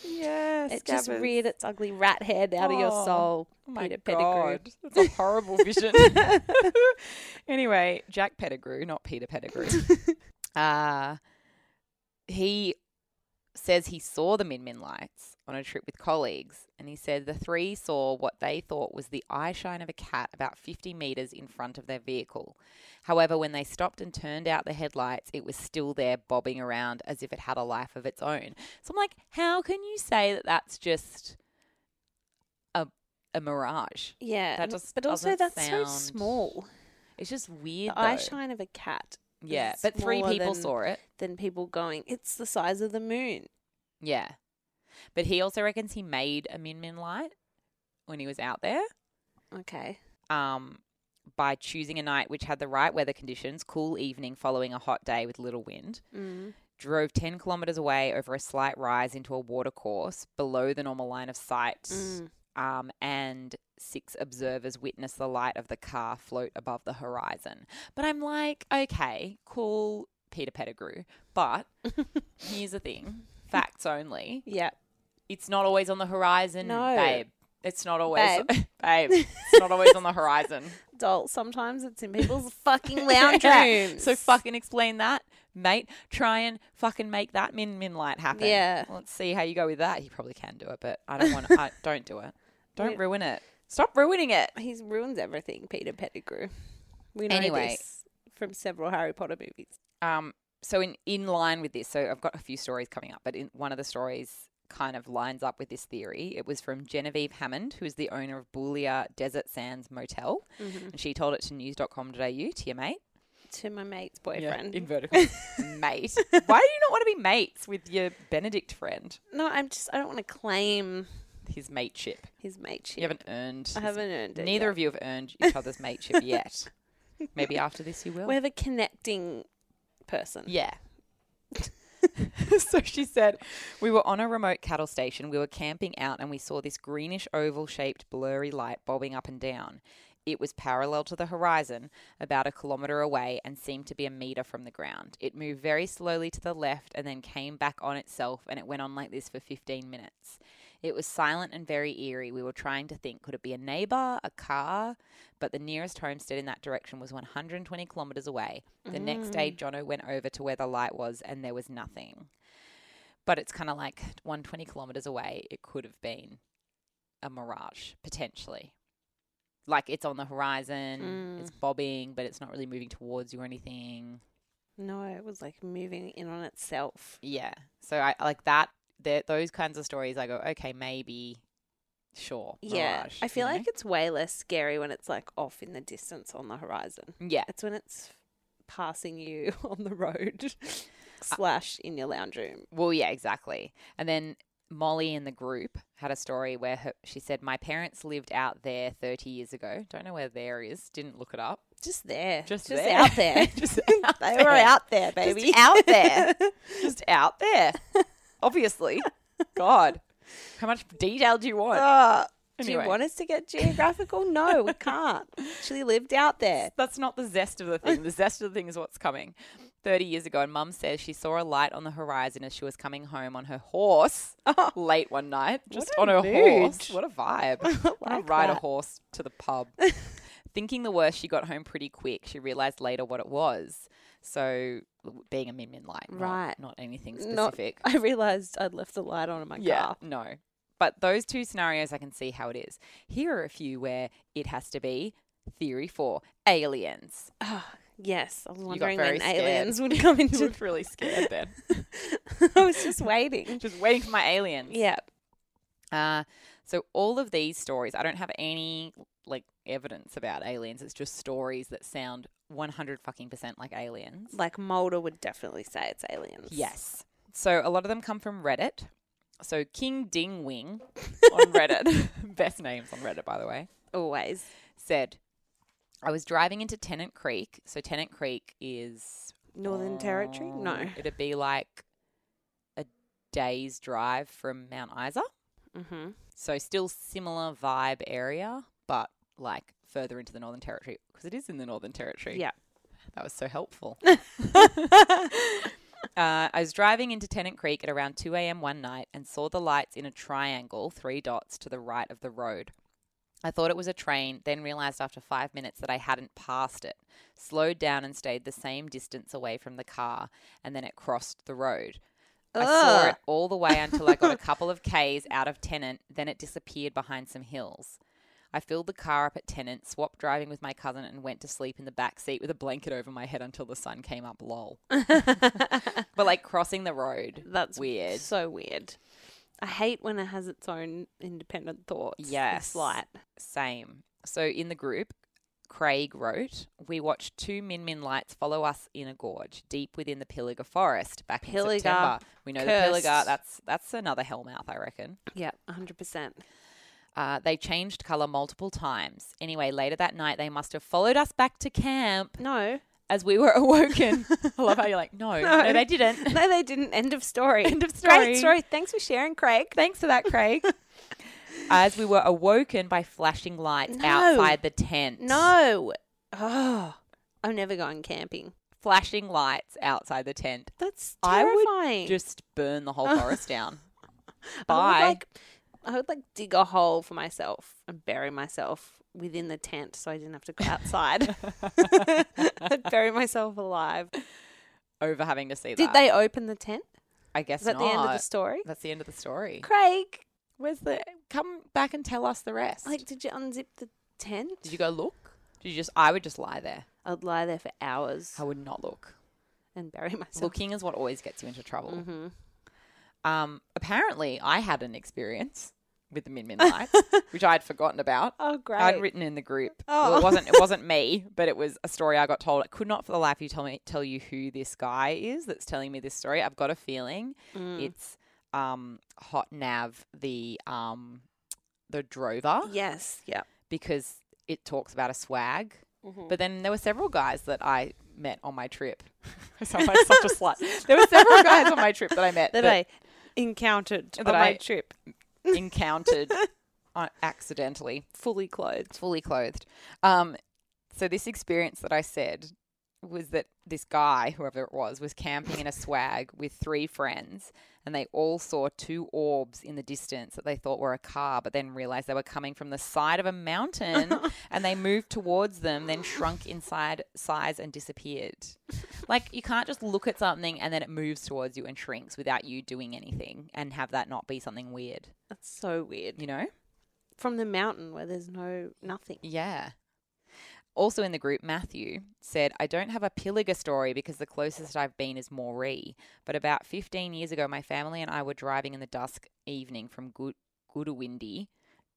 Speaker 1: Yes,
Speaker 2: It just reared its ugly rat head out of your
Speaker 1: Oh,
Speaker 2: soul.
Speaker 1: Oh my
Speaker 2: Peter Pettigrew.
Speaker 1: God. That's a horrible
Speaker 2: <laughs>
Speaker 1: vision. anyway, Jack Pettigrew, not
Speaker 2: <laughs>
Speaker 1: Peter Pettigrew. uh, he says he saw the Min Min lights on a trip with colleagues, and he said the three saw what they thought was the eye shine of a cat about 50 meters in front of their vehicle. However, when they stopped and turned out the headlights, it was still there bobbing around as if it had a life of its own. So I'm like, how can you say that that's just a, a mirage? <laughs>
Speaker 2: Yeah,
Speaker 1: That
Speaker 2: and-
Speaker 1: just
Speaker 2: but also
Speaker 1: doesn't
Speaker 2: that's so
Speaker 1: sound
Speaker 2: small.
Speaker 1: It's just weird.
Speaker 2: The eye
Speaker 1: though.
Speaker 2: shine of a cat
Speaker 1: Yeah,
Speaker 2: is
Speaker 1: but three
Speaker 2: smaller
Speaker 1: people
Speaker 2: than-
Speaker 1: saw it.
Speaker 2: than people going, it's the size of the moon.
Speaker 1: Yeah. But he also reckons he made a Min Min light when he was out there
Speaker 2: Okay.
Speaker 1: um, by choosing a night which had the right weather conditions, cool evening following a hot day with little wind.
Speaker 2: Mm.
Speaker 1: Drove 10 kilometres away over a slight rise into a watercourse below the normal line of sight.
Speaker 2: Mm.
Speaker 1: Um, and six observers witnessed the light of the car float above the horizon. But I'm like, okay, cool, Peter Pettigrew. But here's the thing facts only.
Speaker 2: Yeah.
Speaker 1: it's not always on the horizon,
Speaker 2: No.
Speaker 1: babe. It's not always, <laughs> babe.
Speaker 2: Babe.
Speaker 1: It's not always on the horizon.
Speaker 2: Doll, sometimes it's in
Speaker 1: <laughs>
Speaker 2: people's fucking lounge
Speaker 1: Yeah.
Speaker 2: rooms.
Speaker 1: So fucking explain that, mate. Try and fucking make that min min light happen.
Speaker 2: Yeah.
Speaker 1: Let's see how you go with that. You probably can do it, but I don't want. I don't do it. Don't
Speaker 2: We-
Speaker 1: ruin it. Stop ruining it.
Speaker 2: He ruins everything, Peter Pettigrew. We know
Speaker 1: Anyway.
Speaker 2: this from several Harry Potter movies.
Speaker 1: Um. So in in line with this, so I've got a few stories coming up, but in one of the stories kind of lines up with this theory. It was from Genevieve Hammond, who is the owner of Boolia Desert Sands Motel. And she told it to news.com.au to your mate.
Speaker 2: To my mate's <laughs> boyfriend.
Speaker 1: inverted commas, mate. Why do you not want to be mates with your Benedict friend?
Speaker 2: no, I'm just, I don't want to claim
Speaker 1: His mateship.
Speaker 2: his mateship.
Speaker 1: You haven't earned.
Speaker 2: I
Speaker 1: his-
Speaker 2: haven't earned it.
Speaker 1: neither
Speaker 2: yet.
Speaker 1: of you have earned each other's mateship yet. Maybe after this you will.
Speaker 2: We have a connecting person.
Speaker 1: Yeah. <laughs> so she said, We were on a remote cattle station. We were camping out and we saw this greenish oval shaped blurry light bobbing up and down. It was parallel to the horizon, about a kilometre away, and seemed to be a metre from the ground. It moved very slowly to the left and then came back on itself, and it went on like this for 15 minutes. It was silent and very eerie. We were trying to think could it be a neighbour, a car? But the nearest homestead in that direction was 120 kilometres away. The next day, Jono went over to where the light was and there was nothing. But it's kind of like 120 kilometres away, it could have been a mirage, potentially. Like it's on the horizon, it's bobbing, but it's not really moving towards you or anything.
Speaker 2: No, it was like moving in on itself.
Speaker 1: Yeah. So I like that. That those kinds of stories, I go, okay, maybe, sure.
Speaker 2: yeah.
Speaker 1: mirage,"
Speaker 2: I
Speaker 1: you
Speaker 2: feel
Speaker 1: know?
Speaker 2: like it's way less scary when it's like off in the distance on the horizon.
Speaker 1: yeah.
Speaker 2: <laughs>
Speaker 1: <laughs>
Speaker 2: It's when it's passing you on the road. slash in your lounge room.
Speaker 1: Well, yeah, exactly. And then Molly in the group had a story where her, she said, My parents lived out there 30 years ago. Don't know where there is. Didn't look it up.
Speaker 2: Just there.
Speaker 1: Just
Speaker 2: just
Speaker 1: there.
Speaker 2: out there. <laughs>
Speaker 1: <laughs> Just out
Speaker 2: they
Speaker 1: there.
Speaker 2: were out there, baby.
Speaker 1: Just
Speaker 2: <laughs>
Speaker 1: out there. Just out there. <laughs> Obviously. God. Uh, How much detail do you want?
Speaker 2: Oh, Do
Speaker 1: Anyway.
Speaker 2: you want us to get geographical? No,
Speaker 1: <laughs>
Speaker 2: we can't. Actually lived out there. <laughs>
Speaker 1: That's not the zest of the thing. The zest of the thing is what's coming. 30 years ago, and mum says she saw a light on the horizon as she was coming home on her <laughs> horse late one night. Just
Speaker 2: a
Speaker 1: on her horse.
Speaker 2: mood.
Speaker 1: What a <laughs> vibe. I
Speaker 2: like
Speaker 1: ride a
Speaker 2: that.
Speaker 1: horse to the <laughs> pub. Thinking the worst, she got home pretty quick. She realized later what it was. So, w- being a Min Min light, not-
Speaker 2: Right.
Speaker 1: Not, anything
Speaker 2: Not-
Speaker 1: specific.
Speaker 2: I realised I'd left the light on in my car.
Speaker 1: no. But those two scenarios, I can see how it is. Here are a few where it has to be theory four <laughs> aliens.
Speaker 2: <sighs> Yes, I was
Speaker 1: got
Speaker 2: wondering
Speaker 1: very
Speaker 2: when
Speaker 1: scared.
Speaker 2: aliens would
Speaker 1: <laughs>
Speaker 2: come
Speaker 1: You
Speaker 2: into.
Speaker 1: looked really scared then.
Speaker 2: I was just waiting.
Speaker 1: <laughs> Just waiting for my aliens.
Speaker 2: Yeah.
Speaker 1: Uh, so all of these stories, I don't have any like evidence about aliens. It's just stories that sound 100 fucking percent like aliens.
Speaker 2: Like Mulder would definitely say it's aliens.
Speaker 1: Yes. So a lot of them come from Reddit. So King Ding <laughs> Wing on Reddit, <laughs> best names on Reddit, by the way,
Speaker 2: Always.
Speaker 1: said, I was driving into Tennant Creek. So Tennant Creek is.
Speaker 2: Northern Territory? No.
Speaker 1: Oh, It'd be like a day's drive from Mount Isa.
Speaker 2: Mm-hmm.
Speaker 1: So still similar vibe area, but like further into the Northern Territory because it is in the Northern Territory.
Speaker 2: Yeah.
Speaker 1: That was
Speaker 2: <laughs>
Speaker 1: so helpful. Uh, I was driving into Tennant Creek at around 2 a.m. one night and saw the lights in a triangle, three dots to the right of the road. I thought it was a train, then realized after five minutes that I hadn't passed it. Slowed down and stayed the same distance away from the car, and then it crossed the road. I saw
Speaker 2: Ugh.
Speaker 1: it all the way until
Speaker 2: <laughs>
Speaker 1: I got a couple of Ks out of Tennant, then it disappeared behind some hills. I filled the car up at Tennant, swapped driving with my cousin, and went to sleep in the back seat with a blanket over my head until the sun came
Speaker 2: <laughs>
Speaker 1: up. Lol. But like crossing the road.
Speaker 2: That's
Speaker 1: Weird.
Speaker 2: So weird. I hate when it has its own independent thoughts. It's
Speaker 1: Yes.
Speaker 2: like
Speaker 1: Same. So in the group, Craig wrote, We watched two Min Min lights follow us in a gorge deep within the Pilliga forest back in
Speaker 2: Pilliga.
Speaker 1: September. We know the
Speaker 2: Cursed.
Speaker 1: Pilliga, that's that's another hellmouth, I reckon.
Speaker 2: Yeah, hundred percent.
Speaker 1: Uh, they changed colour multiple times. Anyway, later that night they must have followed us back to camp
Speaker 2: No,
Speaker 1: as we were <laughs> awoken. I love how you're like, No,
Speaker 2: <laughs>
Speaker 1: no,
Speaker 2: No.
Speaker 1: they didn't.
Speaker 2: no, they didn't. End of story.
Speaker 1: End of
Speaker 2: Great story. Thanks for sharing, Craig.
Speaker 1: Thanks for
Speaker 2: <laughs>
Speaker 1: that, Craig. As we were awoken by flashing lights
Speaker 2: No.
Speaker 1: outside the tent.
Speaker 2: No. Oh, I'm never going camping.
Speaker 1: Flashing lights outside the tent.
Speaker 2: That's
Speaker 1: I would
Speaker 2: terrifying.
Speaker 1: Just burn the whole
Speaker 2: <laughs>
Speaker 1: forest down.
Speaker 2: Oh I
Speaker 1: Bye.
Speaker 2: would, like, I would like dig a hole for myself and bury myself within the tent so I didn't have to go
Speaker 1: <laughs>
Speaker 2: outside. <laughs> I'd bury myself alive.
Speaker 1: Over having to see
Speaker 2: Did
Speaker 1: that.
Speaker 2: they open the tent?
Speaker 1: I guess
Speaker 2: Is that
Speaker 1: not.
Speaker 2: the end of the story?
Speaker 1: That's the end of the story.
Speaker 2: Craig,
Speaker 1: Where's the? Come back and tell us the rest.
Speaker 2: like, did you unzip the tent?
Speaker 1: did you go look? Did you just? I would just lie there.
Speaker 2: I'd lie there for hours
Speaker 1: I would not look.
Speaker 2: and bury myself.
Speaker 1: Looking is what always gets you into trouble.
Speaker 2: hmm
Speaker 1: Um, apparently, I had an experience with the Min Min lights, which I'd forgotten about.
Speaker 2: Oh, great.
Speaker 1: I'd written in the group. Well, it
Speaker 2: Oh.
Speaker 1: wasn't it wasn't me, but it was a story I got told. I could not for the life of you tell me tell you who this guy is that's telling me this story. I've got a feeling
Speaker 2: Mm.
Speaker 1: it's um Hot Nav the um the drover
Speaker 2: yes.
Speaker 1: <laughs>
Speaker 2: Yeah.
Speaker 1: because it talks about a swag. But then there were several guys that I met on my trip. <laughs> I sound like such
Speaker 2: <laughs>
Speaker 1: a slut. There were several guys on my trip that I met
Speaker 2: that,
Speaker 1: that,
Speaker 2: I encountered
Speaker 1: That
Speaker 2: on my
Speaker 1: I-
Speaker 2: trip,
Speaker 1: encountered uh, accidentally.
Speaker 2: fully clothed.
Speaker 1: fully clothed. Um, so this experience that I said was that this guy, whoever it was, was camping in a swag with three friends, and they all saw two orbs in the distance that they thought were a car, but then realized they were coming from the side of a mountain, and they moved towards them, then shrunk inside size and disappeared. Like you can't just look at something and then it moves towards you and shrinks without you doing anything, and have that not be something weird,
Speaker 2: That's so weird.
Speaker 1: you know?
Speaker 2: From the mountain where there's no nothing.
Speaker 1: Yeah. Also in the group, Matthew said, I don't have a Pilliga story because the closest I've been is Moree. But about 15 years ago, my family and I were driving in the dusk evening from Good- Goodawindi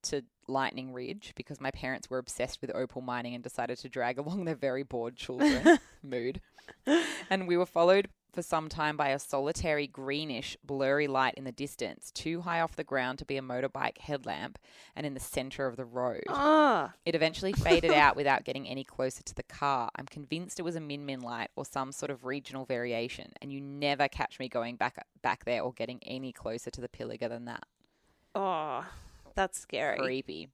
Speaker 1: to Lightning Ridge because my parents were obsessed with opal <laughs> mining and decided to drag along their very bored children. Mood. And we were followed for some time by a solitary greenish blurry light in the distance, too high off the ground to be a motorbike headlamp and in the center of the road.
Speaker 2: Ah,
Speaker 1: <laughs> It eventually faded out without getting any closer to the car. I'm convinced it was a Min Min light or some sort of regional variation, and you never catch me going back back there or getting any closer to the Pilliga than that.
Speaker 2: oh, that's scary.
Speaker 1: Creepy.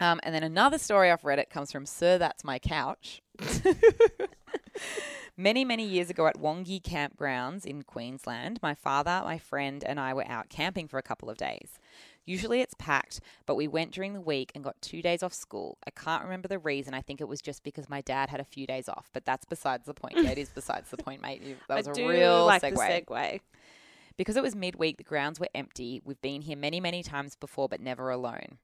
Speaker 1: Um, and then another story off Reddit comes from Sir That's My Couch. <laughs> Many, many years ago at Wongi Campgrounds in Queensland, my father, my friend, and I were out camping for a couple of days. Usually it's packed, but we went during the week and got two days off school. I can't remember the reason. I think it was just because my dad had a few days off, but that's besides the point. That is besides the point, mate. You- That
Speaker 2: <laughs>
Speaker 1: was
Speaker 2: I
Speaker 1: a
Speaker 2: do
Speaker 1: real
Speaker 2: like
Speaker 1: segue.
Speaker 2: the segue.
Speaker 1: because it was midweek, the grounds were empty. We've been here many, many times before, but never alone.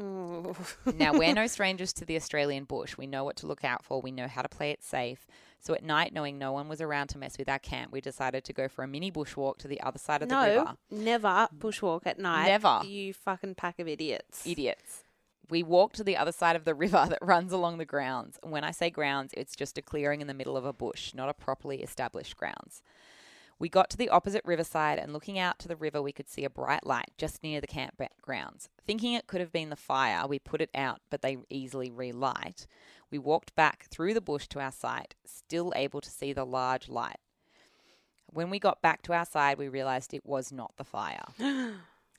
Speaker 2: Ooh.
Speaker 1: Now, we're no strangers to the Australian bush. We know what to look out for. We know how to play it safe. So at night, knowing no one was around to mess with our camp, we decided to go for a mini bushwalk to the other side of the river.
Speaker 2: No, never bushwalk at night.
Speaker 1: Never.
Speaker 2: You fucking pack of idiots.
Speaker 1: Idiots. We walked to the other side of the <laughs> river that runs along the grounds. And when I say grounds, it's just a clearing in the middle of a bush, not a properly established grounds. We got to the opposite riverside, and looking out to the river, we could see a bright light just near the campgrounds. Thinking it could have been the fire, we put it out, but they easily relight. We walked back through the bush to our site, still able to see the large light. When we got back to our side, we realized it was not the fire.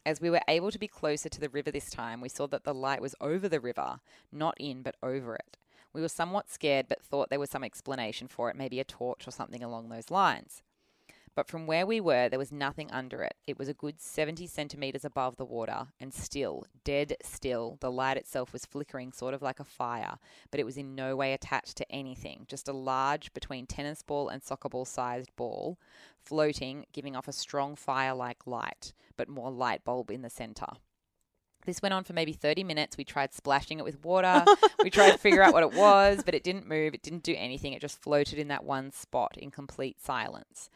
Speaker 1: As we were able to be closer to the river this time, we saw that the light was over the river, not in, but over it. We were somewhat scared, but thought there was some explanation for it, maybe a torch or something along those lines. But from where we were, there was nothing under it. It was a good 70 centimetres above the water, and still, dead still, the light itself was flickering sort of like a fire, but it was in no way attached to anything, just a large, between tennis ball and soccer ball sized ball, floating, giving off a strong fire like light, but more light bulb in the centre. This went on for maybe 30 minutes. We tried splashing it with water. we tried to figure out what it was, but it didn't move. It didn't do anything. It just floated in that one spot in complete silence.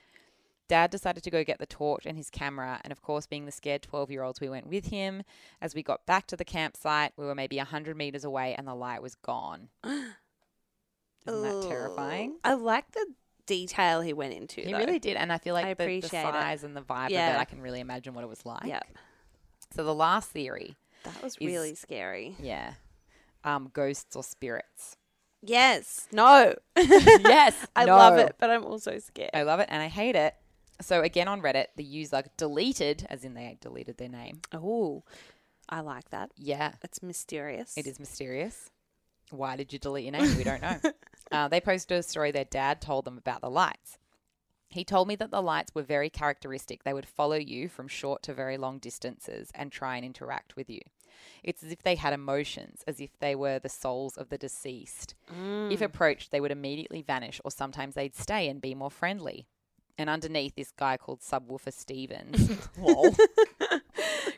Speaker 1: Dad decided to go get the torch and his camera, and of course, being the scared 12 year olds, we went with him. As we got back to the campsite, we were maybe 100 meters away and the light was gone. Isn't that terrifying?
Speaker 2: Ooh. I like the detail he went into.
Speaker 1: He
Speaker 2: though.
Speaker 1: really did, and I feel like
Speaker 2: I
Speaker 1: the, the
Speaker 2: appreciate it.
Speaker 1: size and the vibe of
Speaker 2: Yeah.
Speaker 1: it, I can really imagine what it was like.
Speaker 2: Yeah,
Speaker 1: So the last theory,
Speaker 2: that was
Speaker 1: Is-
Speaker 2: really scary.
Speaker 1: yeah, um, ghosts
Speaker 2: <laughs>
Speaker 1: or spirits.
Speaker 2: Yes. No. <laughs>
Speaker 1: yes,
Speaker 2: I love it, but I'm also scared.
Speaker 1: I love it, and I hate it. So again, on Reddit, the user deleted, as in they deleted their name.
Speaker 2: Oh, I like that.
Speaker 1: Yeah,
Speaker 2: It's mysterious.
Speaker 1: It is mysterious. Why did you delete your name? We don't know. uh, they posted a story their dad told them about the lights. He told me that the lights were very characteristic. They would follow you from short to very long distances and try and interact with you. It's as if they had emotions, as if they were the souls of the deceased.
Speaker 2: Mm.
Speaker 1: If approached, they would immediately vanish, or sometimes they'd stay and be more friendly. And underneath, this guy called Subwoofer Stevens lol, <laughs>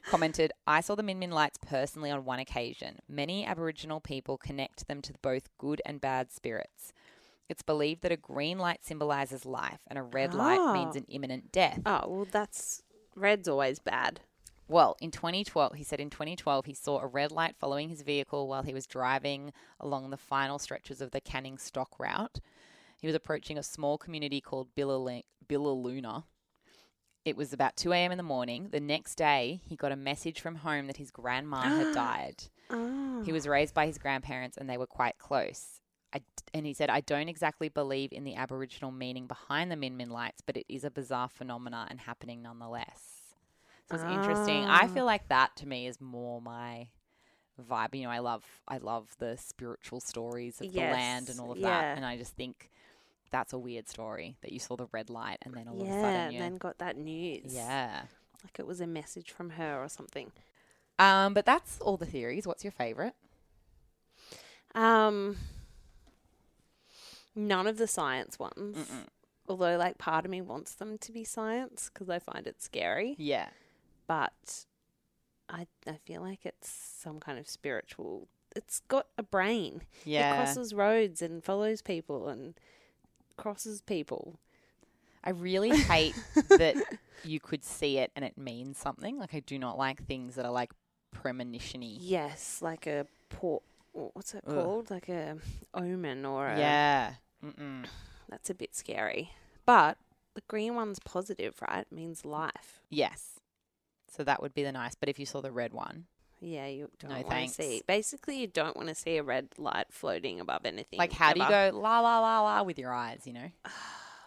Speaker 1: commented, I saw the Min Min lights personally on one occasion. Many Aboriginal people connect them to both good and bad spirits. It's believed that a green light symbolizes life and a red light means
Speaker 2: Ah.
Speaker 1: an imminent death.
Speaker 2: Oh well, that's red's always bad.
Speaker 1: Well, in 2012, he said in 2012 he saw a red light following his vehicle while he was driving along the final stretches of the Canning Stock route. He was approaching a small community called Billaloo- Billaluna. It was about 2 a.m. in the morning. The next day, he got a message from home that his grandma had died.
Speaker 2: Oh.
Speaker 1: He was raised by his grandparents and they were quite close. I, and he said, I don't exactly believe in the Aboriginal meaning behind the Min Min lights, but it is a bizarre phenomena and happening nonetheless. So it's interesting.
Speaker 2: Ah.
Speaker 1: I feel like that to me is more my vibe. You know, I love I love the spiritual stories of the land and
Speaker 2: Yes,
Speaker 1: all of
Speaker 2: yeah.
Speaker 1: that. And I just think that's a weird story that you saw the red light and then all of a
Speaker 2: yeah,
Speaker 1: sudden
Speaker 2: and
Speaker 1: you
Speaker 2: then got that news.
Speaker 1: Yeah.
Speaker 2: like it was a message from her or something.
Speaker 1: Um, but that's all the theories. What's your favorite?
Speaker 2: Um, none of the science ones. <laughs> Although, like, part of me wants them to be science because I find it scary.
Speaker 1: Yeah.
Speaker 2: But I, I feel like it's some kind of spiritual. It's got a brain. It
Speaker 1: Yeah.
Speaker 2: crosses roads and follows people and crosses
Speaker 1: <laughs>
Speaker 2: people.
Speaker 1: I really hate that you could see it and it means something. Like I do not like things that are like premonitiony.
Speaker 2: Yes, like a port. What's it
Speaker 1: Ugh.
Speaker 2: called? Like a omen or a.
Speaker 1: Yeah. Mm-mm.
Speaker 2: That's a bit scary. But the green one's positive, right? It means life.
Speaker 1: Yes. So that would be the nice. But if you saw the red one,
Speaker 2: Yeah, you don't
Speaker 1: No
Speaker 2: want to see.
Speaker 1: thanks.
Speaker 2: Basically, you don't want to see a red light floating above anything.
Speaker 1: like how do you
Speaker 2: ever.
Speaker 1: go la la la la with your eyes,
Speaker 2: <sighs>
Speaker 1: you know,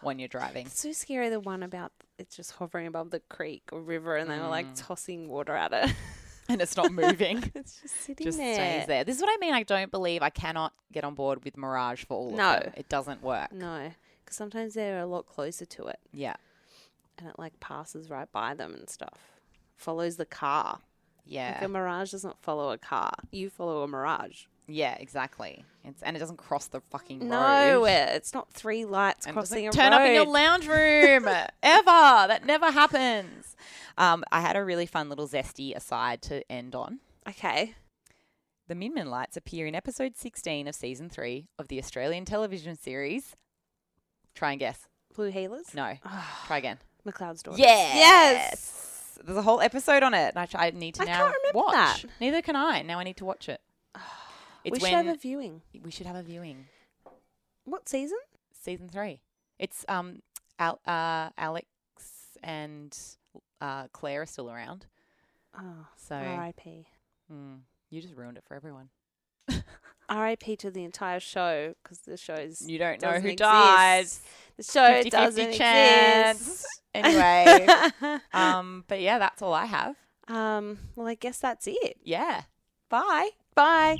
Speaker 1: when you're driving?
Speaker 2: It's so scary the one about it's just hovering above the creek or river and they were like
Speaker 1: Mm.
Speaker 2: tossing water at it. <laughs>
Speaker 1: And it's not moving.
Speaker 2: it's just sitting
Speaker 1: Just
Speaker 2: there.
Speaker 1: stays there. This is what I mean. I don't believe I cannot get on board with Mirage for all
Speaker 2: No.
Speaker 1: of them. It doesn't work.
Speaker 2: No, because sometimes they're a lot closer to it
Speaker 1: Yeah.
Speaker 2: and it like passes right by them and stuff. Follows the car.
Speaker 1: Yeah.
Speaker 2: Like a mirage doesn't follow a car. You follow a mirage.
Speaker 1: yeah, exactly. It's and it doesn't cross the fucking
Speaker 2: No,
Speaker 1: road.
Speaker 2: uh, it's not three lights
Speaker 1: and
Speaker 2: crossing a
Speaker 1: doesn't turn up in your
Speaker 2: road. <laughs>
Speaker 1: lounge room ever. That never happens. Um, I had a really fun little zesty aside to end on.
Speaker 2: okay.
Speaker 1: The Min Min lights appear in episode 16 of season 3 of the Australian television series. Try and guess.
Speaker 2: Blue healers?
Speaker 1: No.
Speaker 2: Ah, <sighs>
Speaker 1: Try again.
Speaker 2: McLeod's daughter. Yes.
Speaker 1: Yes. There's a whole episode on it. and I, tr- I need to
Speaker 2: I
Speaker 1: now
Speaker 2: can't remember
Speaker 1: watch.
Speaker 2: that.
Speaker 1: Neither can I. Now I need to
Speaker 2: <sighs>
Speaker 1: watch it. It's
Speaker 2: we
Speaker 1: when
Speaker 2: should have a viewing.
Speaker 1: we should have a viewing.
Speaker 2: What season?
Speaker 1: Season 3. It's um Al- uh, Alex and uh, Claire are still around.
Speaker 2: Oh,
Speaker 1: So
Speaker 2: R.I.P.
Speaker 1: mm, you just ruined it for everyone.
Speaker 2: R.I.P. to the entire show because the show's
Speaker 1: You don't know
Speaker 2: doesn't
Speaker 1: who
Speaker 2: exist.
Speaker 1: died.
Speaker 2: The show
Speaker 1: 50-50
Speaker 2: doesn't
Speaker 1: chance.
Speaker 2: exist.
Speaker 1: <laughs>
Speaker 2: <laughs>
Speaker 1: Anyway, um, but yeah, that's all I have.
Speaker 2: um. Well, I guess that's it.
Speaker 1: Yeah. Bye.
Speaker 2: Bye.